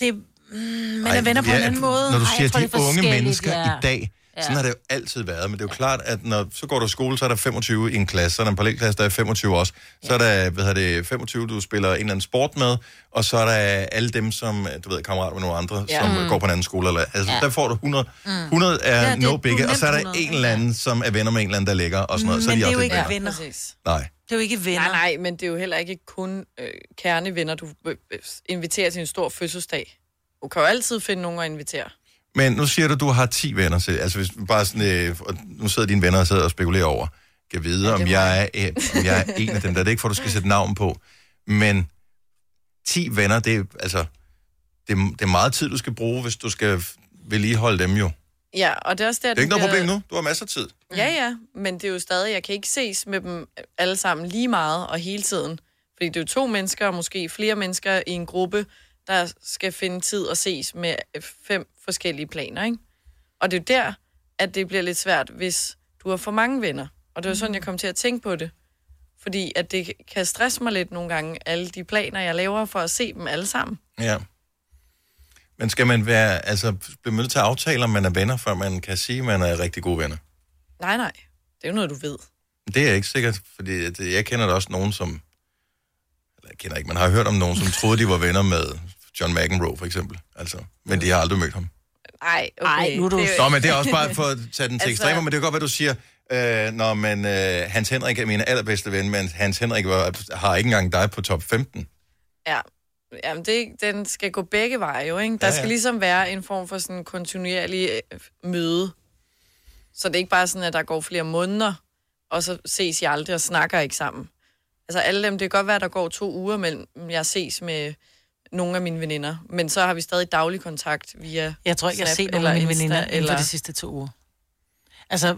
[SPEAKER 5] det, mm, man er
[SPEAKER 1] Ej,
[SPEAKER 5] venner på
[SPEAKER 1] ja,
[SPEAKER 5] en anden måde.
[SPEAKER 1] Når du
[SPEAKER 5] Ej,
[SPEAKER 1] siger
[SPEAKER 5] jeg tror,
[SPEAKER 1] de
[SPEAKER 5] det er
[SPEAKER 1] unge
[SPEAKER 5] forskelligt,
[SPEAKER 1] mennesker
[SPEAKER 5] ja.
[SPEAKER 1] i dag,
[SPEAKER 5] Ja.
[SPEAKER 1] sådan har det jo altid været, men det er jo klart, at når så går du i skole, så er der 25 i en klasse, så er der en parallelklasse, der er 25 også. Så er der, hvad hedder det, 25, du spiller en eller anden sport med, og så er der alle dem, som, du ved, er kammerater med nogle andre,
[SPEAKER 7] Ja.
[SPEAKER 1] som
[SPEAKER 7] Mm.
[SPEAKER 1] går på en anden skole. Eller, altså,
[SPEAKER 7] Ja.
[SPEAKER 1] der får du 100.
[SPEAKER 5] Mm.
[SPEAKER 1] 100 er
[SPEAKER 5] Ja,
[SPEAKER 1] ja,
[SPEAKER 5] det er-
[SPEAKER 1] no
[SPEAKER 5] du er
[SPEAKER 1] bigge, og så er der
[SPEAKER 5] nemt 100,
[SPEAKER 1] en eller anden, som er venner med en eller anden, der ligger, og sådan noget. Så er
[SPEAKER 5] Men
[SPEAKER 1] de
[SPEAKER 5] det er jo
[SPEAKER 1] også
[SPEAKER 5] ikke
[SPEAKER 1] venner.
[SPEAKER 5] venner.
[SPEAKER 16] Præcis.
[SPEAKER 1] Nej.
[SPEAKER 5] Det er jo ikke venner.
[SPEAKER 16] Nej, nej, men det er jo heller ikke kun øh, kernevenner, du øh, øh, inviterer til en stor fødselsdag. Du kan jo altid finde nogen at invitere.
[SPEAKER 1] Men nu siger du, du har 10 venner. Så, altså hvis bare sådan, øh, og nu sidder dine venner og sidder og spekulerer over, kan vide, ja, om, jeg er, øh, om jeg er en af dem. Der. Det er ikke for, du skal sætte navn på. Men 10 venner, det er, altså, det, er- det er meget tid, du skal bruge, hvis du skal vedligeholde dem jo. Det
[SPEAKER 16] Ja, og det er også der,
[SPEAKER 1] er ikke noget problem nu. Du har masser af tid.
[SPEAKER 16] Ja, ja, men det er jo stadig, jeg kan ikke ses med dem alle sammen lige meget og hele tiden. Fordi det er jo to mennesker, og måske flere mennesker i en gruppe, der skal finde tid at ses med øh, fem forskellige planer, ikke? Og det er jo der, at det bliver lidt svært, hvis du har for mange venner. Og det var sådan, jeg kom til at tænke på det. Fordi at det kan stresse mig lidt nogle gange, alle de planer, jeg laver for at se dem alle sammen.
[SPEAKER 1] Ja. Men skal man være, altså, blive nødt til at aftale, om man er venner, før man kan sige, at man er rigtig gode venner?
[SPEAKER 16] Nej, nej. Det er jo noget, du ved.
[SPEAKER 1] Det er ikke sikkert, fordi at, øh, jeg kender da også nogen, som... Eller jeg kender ikke, man har hørt om nogen, som troede, de var venner med John McEnroe, for eksempel. Altså, men de har aldrig mødt ham.
[SPEAKER 16] Nej, okay.
[SPEAKER 1] Nej,
[SPEAKER 16] Det er jo-
[SPEAKER 1] Nå, men det er også bare for at tage den til
[SPEAKER 16] Altså-
[SPEAKER 1] ekstremer, men det er godt, hvad du siger. Øh, når man, øh, Hans Henrik er min allerbedste ven, men Hans Henrik var, har ikke engang dig på top 15.
[SPEAKER 16] Ja, Jamen, det, er ikke- den skal gå begge veje jo, ikke?
[SPEAKER 1] Ja,
[SPEAKER 16] Der ja,
[SPEAKER 1] ja.
[SPEAKER 16] ja. skal ligesom være en form for sådan kontinuerlig øh, møde. Så det er ikke bare sådan, at der går flere måneder, og så ses jeg aldrig og snakker ikke sammen. Altså alle dem, det kan godt være, at der går to uger mellem, jeg ses med nogle af mine veninder. Men så har vi stadig daglig kontakt via
[SPEAKER 5] Jeg tror ikke, jeg har
[SPEAKER 16] Snap
[SPEAKER 5] set nogen af mine
[SPEAKER 16] Insta
[SPEAKER 5] veninder inden for de sidste to uger. Altså,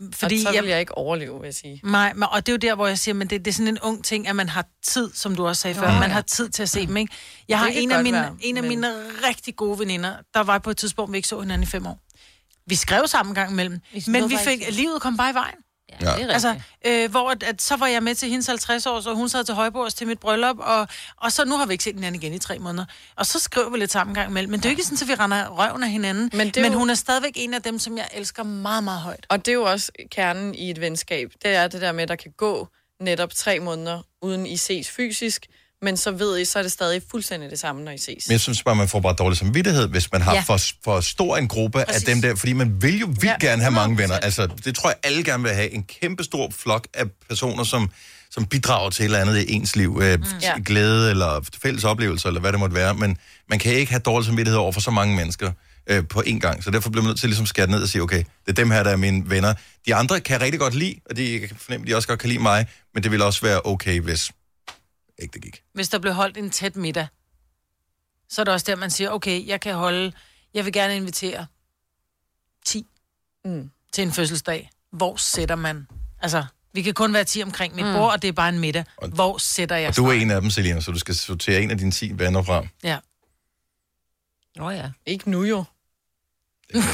[SPEAKER 16] Fordi
[SPEAKER 5] fordi
[SPEAKER 16] og så
[SPEAKER 5] jeg...
[SPEAKER 16] vil jeg ikke overleve, vil jeg sige.
[SPEAKER 5] Nej, men, og det er jo der, hvor jeg siger, men det, det er sådan en ung ting, at man har tid, som du også sagde
[SPEAKER 16] Nå,
[SPEAKER 5] før, man
[SPEAKER 16] ja.
[SPEAKER 5] har tid til at se dem, ikke?
[SPEAKER 16] Det
[SPEAKER 5] Jeg har
[SPEAKER 16] kan
[SPEAKER 5] en af,
[SPEAKER 16] godt
[SPEAKER 5] mine,
[SPEAKER 16] være,
[SPEAKER 5] en af
[SPEAKER 16] men-
[SPEAKER 5] mine rigtig gode veninder, der var på et tidspunkt, vi ikke så hinanden i fem år. Vi skrev sammen en gang imellem, men
[SPEAKER 2] nåede
[SPEAKER 5] vi
[SPEAKER 2] bare
[SPEAKER 5] fik,
[SPEAKER 2] ikke-
[SPEAKER 5] livet kom bare i vejen.
[SPEAKER 2] det er rigtigt.
[SPEAKER 5] altså, øh, hvor at, at, så var jeg med til hendes 50 år, og hun sad til højbords til mit bryllup, og, og så nu har vi ikke set hinanden igen i tre måneder. Og så skrev vi lidt sammen en gang imellem, men det er jo ikke sådan, at vi render røven af hinanden. Men,
[SPEAKER 16] Men det er
[SPEAKER 5] men
[SPEAKER 16] jo-
[SPEAKER 5] hun er stadigvæk en af dem, som jeg elsker meget, meget højt.
[SPEAKER 16] Og det er jo også kernen i et venskab. Det er det der med, at der kan gå netop tre måneder, uden I ses fysisk, men så ved I, så er det stadig fuldstændig det samme, når I ses.
[SPEAKER 1] Men jeg synes bare, man får bare dårlig samvittighed, hvis man har
[SPEAKER 16] Ja.
[SPEAKER 1] ja. for, for stor en gruppe Præcis. af dem der, fordi man vil jo vildt ja, gerne have mange venner. Altså, det tror jeg, alle gerne vil have. En kæmpe stor flok af personer, som, som bidrager til et eller andet i ens liv. Øh,
[SPEAKER 16] Ja.
[SPEAKER 1] ja. Glæde eller fælles oplevelser, eller hvad det måtte være. Men man kan ikke have dårlig samvittighed over for så mange mennesker øh, på én gang. Så derfor bliver man nødt til at ligesom skære ned og sige, okay, det er dem her, der er mine venner. De andre kan jeg rigtig godt lide, og de jeg kan fornemme, de også godt kan lide mig, men det vil også være okay, hvis ikke det gik.
[SPEAKER 5] Hvis der blev holdt en tæt middag, så er det også der, man siger, okay, jeg kan holde, jeg vil gerne invitere 10
[SPEAKER 16] mm.
[SPEAKER 5] til en fødselsdag. Hvor sætter man? Altså, vi kan kun være 10 omkring mit
[SPEAKER 1] Mm.
[SPEAKER 5] mm. bord, og det er bare en middag. Hvor sætter jeg
[SPEAKER 1] Og du er
[SPEAKER 5] snart?
[SPEAKER 1] en af dem, Selina, så du skal sortere en af dine 10 venner fra.
[SPEAKER 5] Ja.
[SPEAKER 3] Nå ja.
[SPEAKER 16] Ikke nu jo.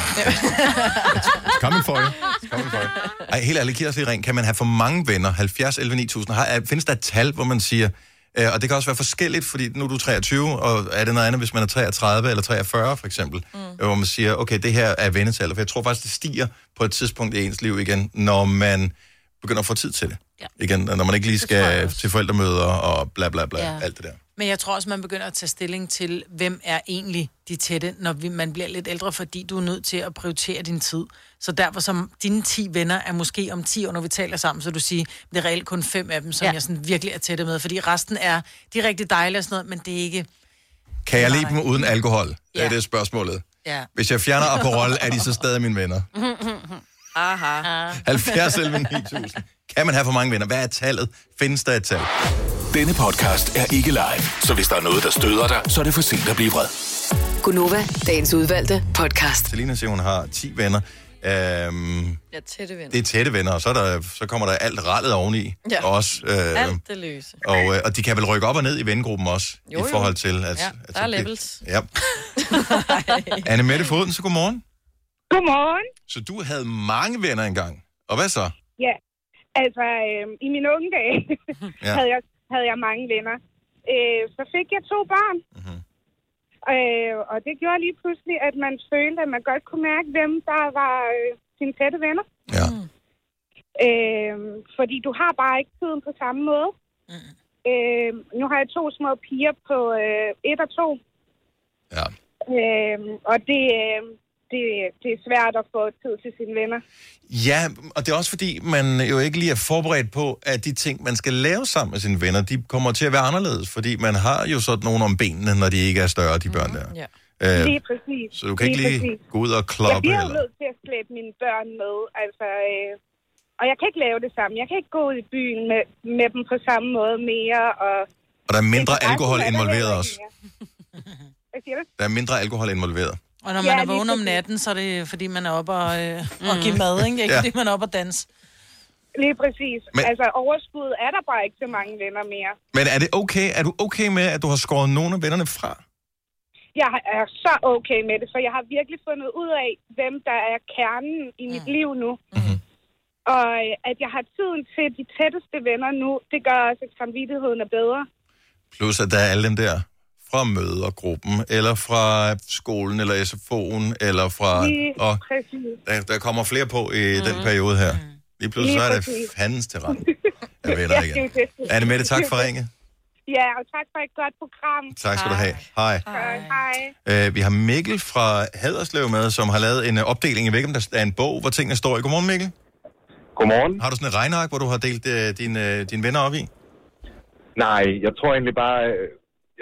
[SPEAKER 1] Kom en folke. Kom en folke. Ej, helt ærligt, giv os lige rent. Kan man have for mange venner? 70, 11, 9000. Har, er- findes der et tal, hvor man siger, øh, og det kan også være forskelligt, fordi nu er du 23, og er det noget andet, hvis man er 33 eller 43 for eksempel, mm. hvor man siger, okay, det her er vennetallet, for jeg tror faktisk, det stiger på et tidspunkt i ens liv igen, når man begynder at få tid til det. Ja. Igen, når man ikke lige skal til forældremøder og bla bla bla,
[SPEAKER 5] Ja.
[SPEAKER 1] ja. alt det der.
[SPEAKER 5] Men jeg tror også, man begynder at tage stilling til, hvem er egentlig de tætte, når vi, man bliver lidt ældre, fordi du er nødt til at prioritere din tid. Så derfor som dine 10 venner er måske om 10 år, når vi taler sammen, så du siger, det er reelt kun fem af dem, som ja. jeg sådan virkelig er tætte med, fordi resten er, de er rigtig dejlige og sådan noget, men det er ikke...
[SPEAKER 1] Kan jeg lide dem uden alkohol? Ja.
[SPEAKER 5] Ja.
[SPEAKER 1] Det er spørgsmålet.
[SPEAKER 5] Ja.
[SPEAKER 1] Hvis jeg fjerner Aperol, er de så stadig mine venner.
[SPEAKER 16] Aha.
[SPEAKER 1] 70 11 9000. Kan man have for mange venner? Hvad er tallet? Findes der et tal?
[SPEAKER 8] Denne podcast er ikke live, så hvis der er noget, der støder dig, så er det for sent at blive vred.
[SPEAKER 6] Gunova, dagens udvalgte podcast.
[SPEAKER 1] Selina siger, hun har 10 venner. Øhm,
[SPEAKER 16] Ja, tætte venner.
[SPEAKER 1] det er tætte venner, og så, er der, så kommer der alt rallet oveni
[SPEAKER 16] Ja.
[SPEAKER 1] også. Øh,
[SPEAKER 16] Alt det løse.
[SPEAKER 1] og, øh, og de kan vel rykke op og ned i vennegruppen også, jo, i forhold til... At,
[SPEAKER 16] ja,
[SPEAKER 1] at,
[SPEAKER 16] der er levels.
[SPEAKER 1] Ja. Anne Mette Foden, så godmorgen.
[SPEAKER 22] Godmorgen.
[SPEAKER 1] Så du havde mange venner engang. Og hvad så?
[SPEAKER 22] Ja, altså øh, i mine unge dage
[SPEAKER 1] Ja.
[SPEAKER 22] ja. havde, jeg, havde jeg mange venner. Øh, så fik jeg to børn. Mm-hmm. Øh, og det gjorde lige pludselig, at man følte, at man godt kunne mærke, hvem der var øh, sine tætte venner.
[SPEAKER 1] Ja.
[SPEAKER 22] Øh, fordi du har bare ikke tiden på samme måde. Mm. Øh, nu har jeg to små piger på øh, et og to.
[SPEAKER 1] Ja.
[SPEAKER 22] Øh, og det, øh, det, det er svært at få tid til sine venner.
[SPEAKER 1] Ja, og det er også fordi, man jo ikke lige er forberedt på, at de ting, man skal lave sammen med sine venner, de kommer til at være anderledes, fordi man har jo sådan nogen om benene, når de ikke er større, de børn der.
[SPEAKER 22] Ja.
[SPEAKER 1] Øh,
[SPEAKER 22] Lige præcis.
[SPEAKER 1] så du kan ikke lige gå ud og
[SPEAKER 22] Jeg
[SPEAKER 1] kloppe?
[SPEAKER 22] bliver jo
[SPEAKER 1] Eller?
[SPEAKER 22] nødt til at slæbe mine børn med, altså, øh, og jeg kan ikke lave det samme. Jeg kan ikke gå ud i byen med, med dem på samme måde mere. Og,
[SPEAKER 1] Og der er mindre alkohol
[SPEAKER 22] Ej, det er der
[SPEAKER 1] involveret
[SPEAKER 22] heller
[SPEAKER 1] også.
[SPEAKER 22] ikke mere. Hvad siger du?
[SPEAKER 1] Der er mindre alkohol involveret.
[SPEAKER 5] Og når man
[SPEAKER 22] Ja,
[SPEAKER 5] ja, er
[SPEAKER 22] lige
[SPEAKER 5] vågen om
[SPEAKER 22] præcis.
[SPEAKER 5] natten, så er det fordi, man er oppe og, øh, og give mad, ikke? Det er ikke
[SPEAKER 1] Ja.
[SPEAKER 5] ja. fordi, man er oppe og danse.
[SPEAKER 22] Lige præcis.
[SPEAKER 1] Men-
[SPEAKER 22] Altså, overskud er der bare ikke så mange venner mere.
[SPEAKER 1] Men er det okay? Er du okay med, at du har skåret nogle af vennerne fra?
[SPEAKER 22] Jeg er så okay med det, for jeg har virkelig fundet ud af, hvem der er kernen i mit
[SPEAKER 5] Mm.
[SPEAKER 22] liv nu. Mm-hmm. Og øh, at jeg har tiden til de tætteste venner nu, det gør også, at samvittigheden er bedre.
[SPEAKER 1] Plus at der er alle dem der fra mødergruppen, eller fra skolen, eller SFO'en, eller fra...
[SPEAKER 22] Lige
[SPEAKER 1] Og
[SPEAKER 22] præcis.
[SPEAKER 1] der, der kommer flere på i den periode her. Lige pludselig
[SPEAKER 22] Lige
[SPEAKER 1] så er det
[SPEAKER 22] præcis.
[SPEAKER 1] fandens til rand af venner igen.
[SPEAKER 22] det er jo det.
[SPEAKER 1] Anne Mette, tak for ringet.
[SPEAKER 22] Ja, og tak for et godt program.
[SPEAKER 1] Tak skal du have. Hej.
[SPEAKER 22] Hej. Hej.
[SPEAKER 1] Uh, vi har Mikkel fra Haderslev med, som har lavet en uh, opdeling i væk, om der er en bog, hvor tingene står i. Godmorgen, Mikkel.
[SPEAKER 23] Godmorgen.
[SPEAKER 1] Har du sådan et regneark, hvor du har delt uh, dine, uh, dine venner op i?
[SPEAKER 23] Nej, jeg tror egentlig bare, øh,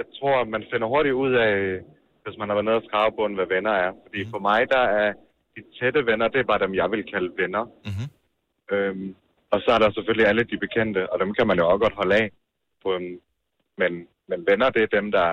[SPEAKER 23] jeg tror, at man finder hurtigt ud af, øh, hvis man har været nede og skrave på, hvad venner er. Fordi for mig, der er de tætte venner, det er bare dem, jeg vil kalde venner.
[SPEAKER 1] Mm-hmm.
[SPEAKER 23] Øhm, og så er der selvfølgelig alle de bekendte, og dem kan man jo også godt holde af. På, øhm, men, men venner, det er dem, der,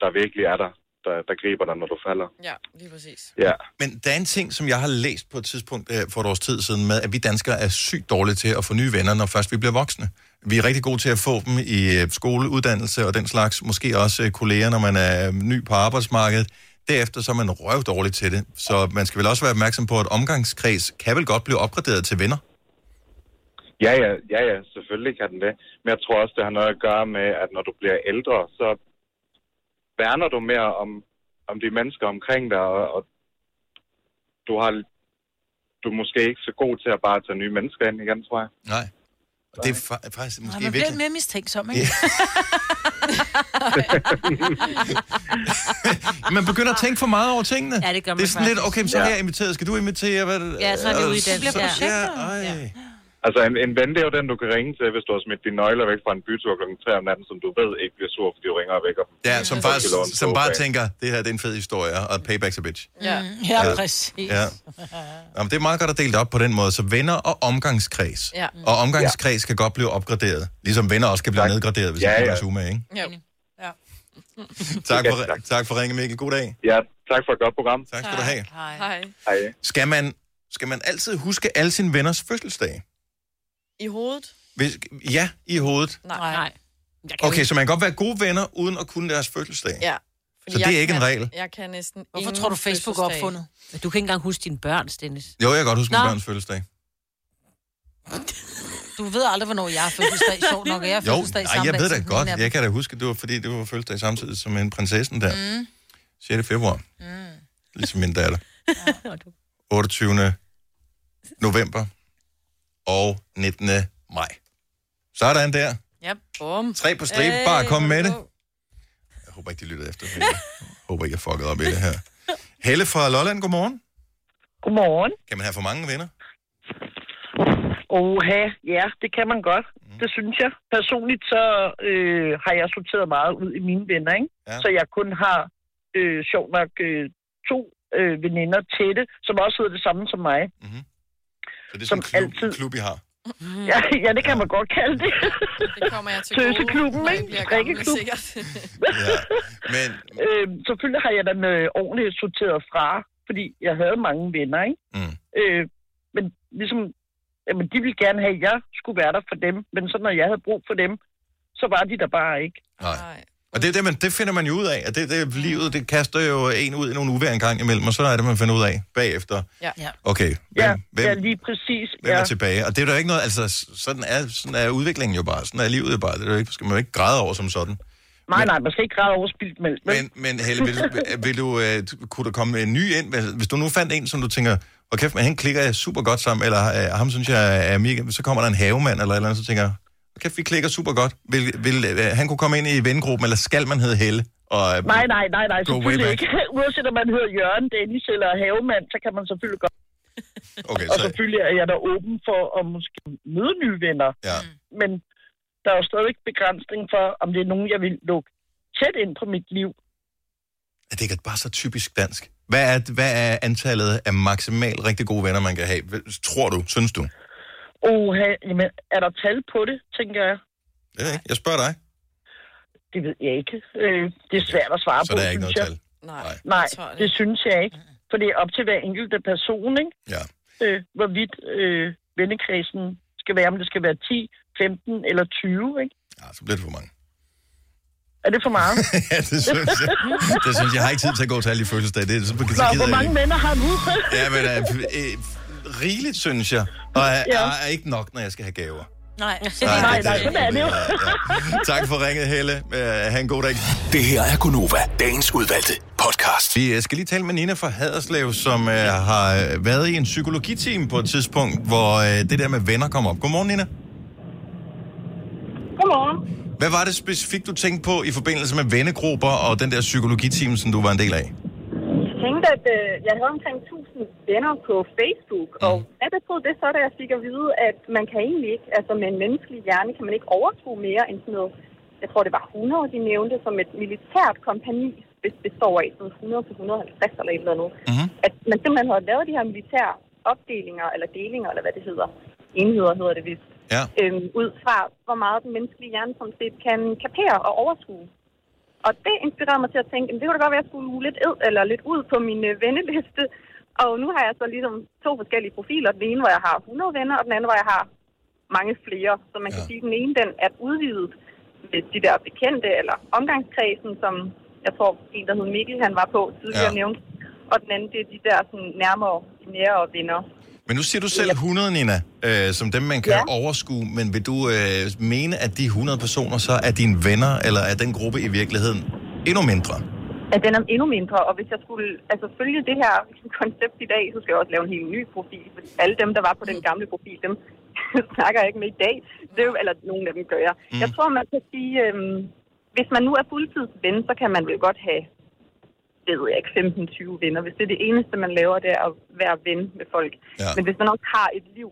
[SPEAKER 23] der virkelig er der, der, der griber dig, når du falder.
[SPEAKER 16] Ja, lige præcis.
[SPEAKER 23] Ja.
[SPEAKER 1] Men der er en ting, som jeg har læst på et tidspunkt øh, for et års tid siden med, at vi danskere er sygt dårlige til at få nye venner, når først vi bliver voksne. Vi er rigtig gode til at få dem i øh, skole, uddannelse og den slags, måske også øh, kolleger, når man er øh, ny på arbejdsmarkedet. Derefter så er man røv dårlig til det. Så man skal vel også være opmærksom på, at omgangskreds kan vel godt blive opgraderet til venner.
[SPEAKER 23] Ja, ja, ja, ja, selvfølgelig kan den det. Men jeg tror også, det har noget at gøre med, at når du bliver ældre, så værner du mere om, om de mennesker omkring dig, og, og du har du er måske ikke så god til at bare tage nye mennesker ind igen, tror jeg.
[SPEAKER 1] Nej. Det er fa- faktisk
[SPEAKER 5] Nej,
[SPEAKER 1] måske
[SPEAKER 5] man
[SPEAKER 1] Nej,
[SPEAKER 5] bliver
[SPEAKER 1] virkelig...
[SPEAKER 5] mere mistænksom, ikke?
[SPEAKER 1] Man begynder at tænke for meget over tingene.
[SPEAKER 3] Ja, det gør man
[SPEAKER 1] Det er sådan lidt,
[SPEAKER 3] faktisk.
[SPEAKER 1] okay, men så er
[SPEAKER 23] Ja.
[SPEAKER 1] jeg inviteret. Skal du invitere? Hvad,
[SPEAKER 3] Ja, så er det
[SPEAKER 1] og
[SPEAKER 3] ude i den.
[SPEAKER 1] så-
[SPEAKER 3] Det bliver
[SPEAKER 1] ja,
[SPEAKER 3] projektet.
[SPEAKER 1] ej.
[SPEAKER 23] Altså, en, en ven, det er jo den, du kan ringe til, hvis du har smidt dine nøgler væk fra en bytur kl. 3 om natten, som du ved ikke bliver sur, fordi du ringer og vækker dem.
[SPEAKER 1] Ja, som, faktisk, som bare tænker, det her det er en fed historie, og payback's a bitch.
[SPEAKER 16] Ja,
[SPEAKER 5] Mm.
[SPEAKER 1] Ja. Ja. Jamen, det er meget godt at dele det op på den måde, så venner og omgangskreds.
[SPEAKER 16] Ja.
[SPEAKER 6] Mm.
[SPEAKER 1] Og omgangskreds kan godt blive opgraderet, ligesom venner også kan blive nedgraderet, hvis
[SPEAKER 23] Ja,
[SPEAKER 1] man
[SPEAKER 23] ja.
[SPEAKER 1] ja. Zuma, ikke?
[SPEAKER 16] Ja.
[SPEAKER 1] Tak for, tak for at ringe, Mikkel. God dag.
[SPEAKER 23] Ja, tak for et godt program.
[SPEAKER 1] Tak skal du have.
[SPEAKER 16] Hej.
[SPEAKER 23] Hej.
[SPEAKER 1] Skal man, skal man altid huske alle sine venners fødselsdag?
[SPEAKER 16] I hovedet?
[SPEAKER 1] Hvis, ja, i hovedet.
[SPEAKER 16] Nej. Nej. Jeg
[SPEAKER 1] Okay, så man kan godt være gode venner, uden at kunne deres fødselsdag.
[SPEAKER 16] Ja.
[SPEAKER 1] Så det
[SPEAKER 16] jeg
[SPEAKER 1] er ikke en
[SPEAKER 16] kan,
[SPEAKER 1] regel?
[SPEAKER 16] Jeg kan næsten
[SPEAKER 3] Hvorfor
[SPEAKER 16] ingen
[SPEAKER 3] tror du, Facebook er
[SPEAKER 16] fødselsdage.
[SPEAKER 3] opfundet? Men du kan ikke engang huske dine børns, Dennis.
[SPEAKER 1] Jo, jeg kan godt huske min
[SPEAKER 3] Nå.
[SPEAKER 1] børns fødselsdag.
[SPEAKER 5] Du ved aldrig, hvornår jeg har fødselsdag. Sjovt nok, er jeg har
[SPEAKER 1] Jo,
[SPEAKER 5] fødselsdag i
[SPEAKER 1] nej,
[SPEAKER 5] samme
[SPEAKER 1] jeg
[SPEAKER 5] dag
[SPEAKER 1] ved
[SPEAKER 5] som
[SPEAKER 1] da
[SPEAKER 5] den
[SPEAKER 1] godt.
[SPEAKER 5] ene af
[SPEAKER 1] Jeg kan da huske, det var fordi, det var fødselsdag samtidig som en prinsessen
[SPEAKER 5] dem.
[SPEAKER 1] der.
[SPEAKER 5] Mm.
[SPEAKER 1] 6. februar. Mm. Ligesom min datter. 28. november og 19. maj. Sådan der.
[SPEAKER 16] Ja, bum. Øh,
[SPEAKER 1] Tre på stribe. Bare kom med det. Jeg håber ikke, de lyttede efter. for Jeg håber ikke, jeg fuckede op i det her. Helle fra Lolland, godmorgen.
[SPEAKER 13] Godmorgen.
[SPEAKER 1] Kan man have for mange venner?
[SPEAKER 13] Oha, ja, det kan man godt. Mm. Det synes jeg. Personligt så øh, har jeg sorteret meget ud i mine venner, ikke?
[SPEAKER 1] Ja.
[SPEAKER 13] så jeg kun har øh, sjovt nok øh, to øh, veninder tætte, som også hedder det samme som mig. Mm-hmm.
[SPEAKER 1] Så det er
[SPEAKER 13] som
[SPEAKER 1] sådan en klub, altid... klub, I har.
[SPEAKER 13] Ja, ja, det kan man godt
[SPEAKER 3] Altså,
[SPEAKER 13] kalde det.
[SPEAKER 16] Mm-hmm. Det kommer jeg til gode,
[SPEAKER 13] Tøseklubben,
[SPEAKER 16] når jeg
[SPEAKER 13] ikke?
[SPEAKER 16] bliver gammel,
[SPEAKER 13] Drikkeklub.
[SPEAKER 1] ja, men...
[SPEAKER 13] øh, selvfølgelig har jeg dem øh, ordentligt sorteret fra, fordi jeg havde mange venner, ikke?
[SPEAKER 1] Mm.
[SPEAKER 13] Øh, men ligesom, jamen, de ville gerne have, at jeg skulle være der for dem, men så når jeg havde brug for dem, så var de der bare ikke.
[SPEAKER 1] Nej. Og det, er det, man, det finder man jo ud af, at det, det, livet det kaster jo en ud i nogle uvejr en gang imellem, og så er det, man finder ud af bagefter.
[SPEAKER 13] Ja. ja.
[SPEAKER 1] Okay, hvem, hvem,
[SPEAKER 13] ja, lige præcis.
[SPEAKER 1] hvem
[SPEAKER 13] ja.
[SPEAKER 1] er tilbage? Og det er der ikke noget, altså s- sådan er, sådan er udviklingen jo bare, sådan er livet jo bare, det er jo ikke, skal man jo ikke græde over som sådan.
[SPEAKER 13] Nej, nej, man skal ikke græde over spildt mælk. vel?
[SPEAKER 1] Men, men Helle, vil, du- vil du, øh, kunne der komme en ny ind? Hvis- Hvis du nu fandt en, som du tænker, hvor kæft, men han klikker jeg super godt sammen, eller øh, ham synes jeg er mega, så kommer der en havemand eller et eller andet, så tænker jeg, hvor kæft, vi klikker super godt. Vil, vil øh, han kunne komme ind i vengruppen, eller skal man hedde Helle? Og, øh,
[SPEAKER 13] Nej, nej, nej, nej,
[SPEAKER 1] Go way
[SPEAKER 13] selvfølgelig
[SPEAKER 1] back.
[SPEAKER 13] ikke. Uanset om man hedder Jørgen, Dennis eller Havemand, så kan man selvfølgelig godt.
[SPEAKER 1] Okay,
[SPEAKER 13] og
[SPEAKER 1] så-
[SPEAKER 13] selvfølgelig er jeg da åben for at måske møde nye venner.
[SPEAKER 1] Ja.
[SPEAKER 13] Men der er jo stadigvæk begrænsning for, om det er nogen, jeg vil lukke tæt ind på mit liv.
[SPEAKER 1] Er det ikke bare så typisk dansk? Hvad er, hvad er antallet af maksimalt rigtig gode venner, man kan have? Hvad- Tror du? Synes du?
[SPEAKER 13] Og jamen, er der tal på det, tænker jeg?
[SPEAKER 1] Jeg, ved jeg ikke. jeg spørger dig.
[SPEAKER 13] Det ved jeg ikke. Øh, det er svært at svare
[SPEAKER 1] Så
[SPEAKER 13] på,
[SPEAKER 1] der er ikke
[SPEAKER 13] synes jeg.
[SPEAKER 1] noget tal?
[SPEAKER 13] Nej, nej det synes jeg ikke. For det er op til hver enkelte person, ikke?
[SPEAKER 1] Ja.
[SPEAKER 13] Øh, hvorvidt øh, vennekredsen skal være, om det skal være 10, 15 eller 20, ikke?
[SPEAKER 1] Ja, så bliver det for mange.
[SPEAKER 13] Er det for meget?
[SPEAKER 1] ja, det synes jeg. Det synes jeg. jeg har ikke tid til at gå til alle de fødselsdage. Det er så, så
[SPEAKER 13] Nå,
[SPEAKER 1] gider
[SPEAKER 13] hvor
[SPEAKER 1] jeg
[SPEAKER 13] mange
[SPEAKER 1] ikke.
[SPEAKER 13] mænd har du?
[SPEAKER 1] Ja, men øh, øh, rigeligt, synes jeg. Og er,
[SPEAKER 13] Ja.
[SPEAKER 1] er, er ikke nok, når jeg skal have gaver.
[SPEAKER 5] Nej,
[SPEAKER 1] Nej,
[SPEAKER 13] nej,
[SPEAKER 1] det
[SPEAKER 13] nej,
[SPEAKER 1] er
[SPEAKER 13] sådan er det jo.
[SPEAKER 1] Tak for ringet, Helle. Uh, ha' en god dag.
[SPEAKER 7] Det her er Gunova, dagens udvalgte podcast.
[SPEAKER 1] Vi øh, skal lige tale med Nina fra Haderslev, som øh, har øh, været i en psykologitime på et tidspunkt, hvor øh, det der med venner kom op. Godmorgen, Nina.
[SPEAKER 10] Godmorgen.
[SPEAKER 1] Hvad var det specifikt, du tænkte på i forbindelse med vennegrupper og den der psykologitime, som du var en del af?
[SPEAKER 10] Jeg tænkte, at øh, jeg havde omkring 1000 venner på Facebook, mm. og jeg betød det så, da jeg fik at vide, at man kan egentlig ikke, altså med en menneskelig hjerne, kan man ikke overskue mere end sådan noget, jeg tror det var 100, de nævnte, som et militært kompani bes- består af, sådan 100 til 150 eller et eller andet. Mm. At man simpelthen havde lavet de her militære opdelinger, eller delinger, eller hvad det hedder, enheder hedder det vist,
[SPEAKER 1] ja.
[SPEAKER 10] øhm, ud fra, hvor meget den menneskelige hjerne sådan set kan kapere og overskue. Og det inspirerede mig til at tænke, "Jamen, det kunne da godt være, at jeg skulle uge lidt, ed, eller lidt ud på min øh, venneliste. Og nu har jeg så ligesom to forskellige profiler. Den ene, hvor jeg har 100 venner, og den anden, hvor jeg har mange flere. Så man kan sige, at den ene den er udvidet med de der bekendte, eller omgangskredsen, som jeg tror, en, der hed Mikkel, han var på tidligere ja. nævnt. Og den anden, det er de der sådan, nærmere, nære venner.
[SPEAKER 1] Men nu siger du selv 100, Nina, øh, som dem, man kan ja. overskue. Men vil du øh, mene, at de 100 personer så er dine venner, eller er den gruppe i virkeligheden endnu mindre?
[SPEAKER 10] at den er endnu mindre, og hvis jeg skulle altså, følge det
[SPEAKER 1] Mm.
[SPEAKER 10] her koncept i dag, så skal jeg også lave en helt ny profil, for alle dem, der var på den gamle profil, dem snakker jeg ikke med i dag. Det er jo, eller nogen af dem gør jeg. Mm. Jeg tror, man kan sige, øhm, hvis man nu er fuldtidsven, så kan man vel godt have, det ved jeg ikke, 15-20 venner. Hvis det er det eneste, man laver, det er at være ven med folk. Ja. Men hvis man også har et liv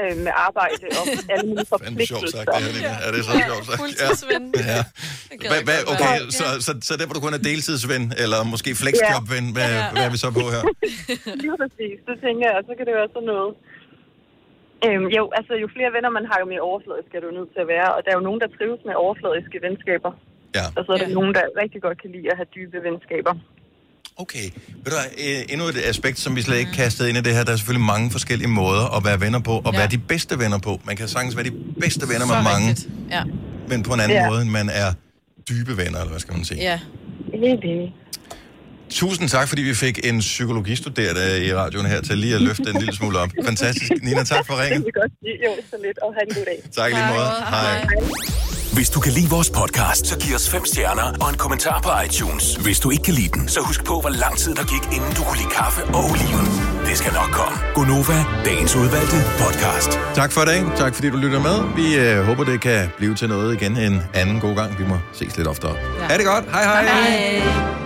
[SPEAKER 10] øh, med arbejde og alle mulige
[SPEAKER 1] Fandme sjovt
[SPEAKER 10] forpligtelser.
[SPEAKER 1] sagt, det her, Nina. Ja, det er så sjovt sagt.
[SPEAKER 10] fuldtidsven.
[SPEAKER 1] Ja. Hva, hva, okay, så, så, så der, hvor du kun er deltidsven, eller måske flexjobven, hvad, hvad er vi så på her?
[SPEAKER 10] Lige præcis, det tænker jeg, så kan det være sådan noget. Øhm, jo, altså jo flere venner man har, jo mere overfladisk er du nødt til at være. Og der er jo nogen, der trives med overfladiske venskaber.
[SPEAKER 1] Ja.
[SPEAKER 10] Og så er der nogen, der rigtig godt kan lide at have dybe venskaber.
[SPEAKER 1] Okay, ved du hvad, øh, endnu et aspekt, som vi slet ikke kastede ind i det her. Der er selvfølgelig mange forskellige måder at være venner på, og ja. være de bedste venner på. Man kan sagtens være de bedste venner med
[SPEAKER 16] Så
[SPEAKER 1] mange,
[SPEAKER 16] rigtigt. Ja.
[SPEAKER 1] men på en anden
[SPEAKER 16] Ja.
[SPEAKER 1] måde, end man er dybe venner, eller hvad skal man sige.
[SPEAKER 16] ja.
[SPEAKER 10] Helt enig.
[SPEAKER 1] Tusind tak, fordi vi fik en psykologistuderende i radioen her til lige at løfte en lille smule op. Fantastisk. Nina, tak for ringen.
[SPEAKER 10] Det kan godt sige. Jo, så lidt. Og have en god dag.
[SPEAKER 1] Tak i lige måde. Hej.
[SPEAKER 8] Hvis du kan lide vores podcast, så giv os fem stjerner og en kommentar på iTunes. Hvis du ikke kan lide den, så husk på, hvor lang tid der gik, inden du kunne lide kaffe og oliven. Det skal nok komme.
[SPEAKER 1] Gonova, dagens udvalgte podcast. Tak for i dag. Tak fordi du lytter med. Vi øh, håber, det kan blive til noget igen en anden god gang. Vi må ses lidt oftere. Ja. Ha' det godt. Hej hej. hej.
[SPEAKER 4] Hej.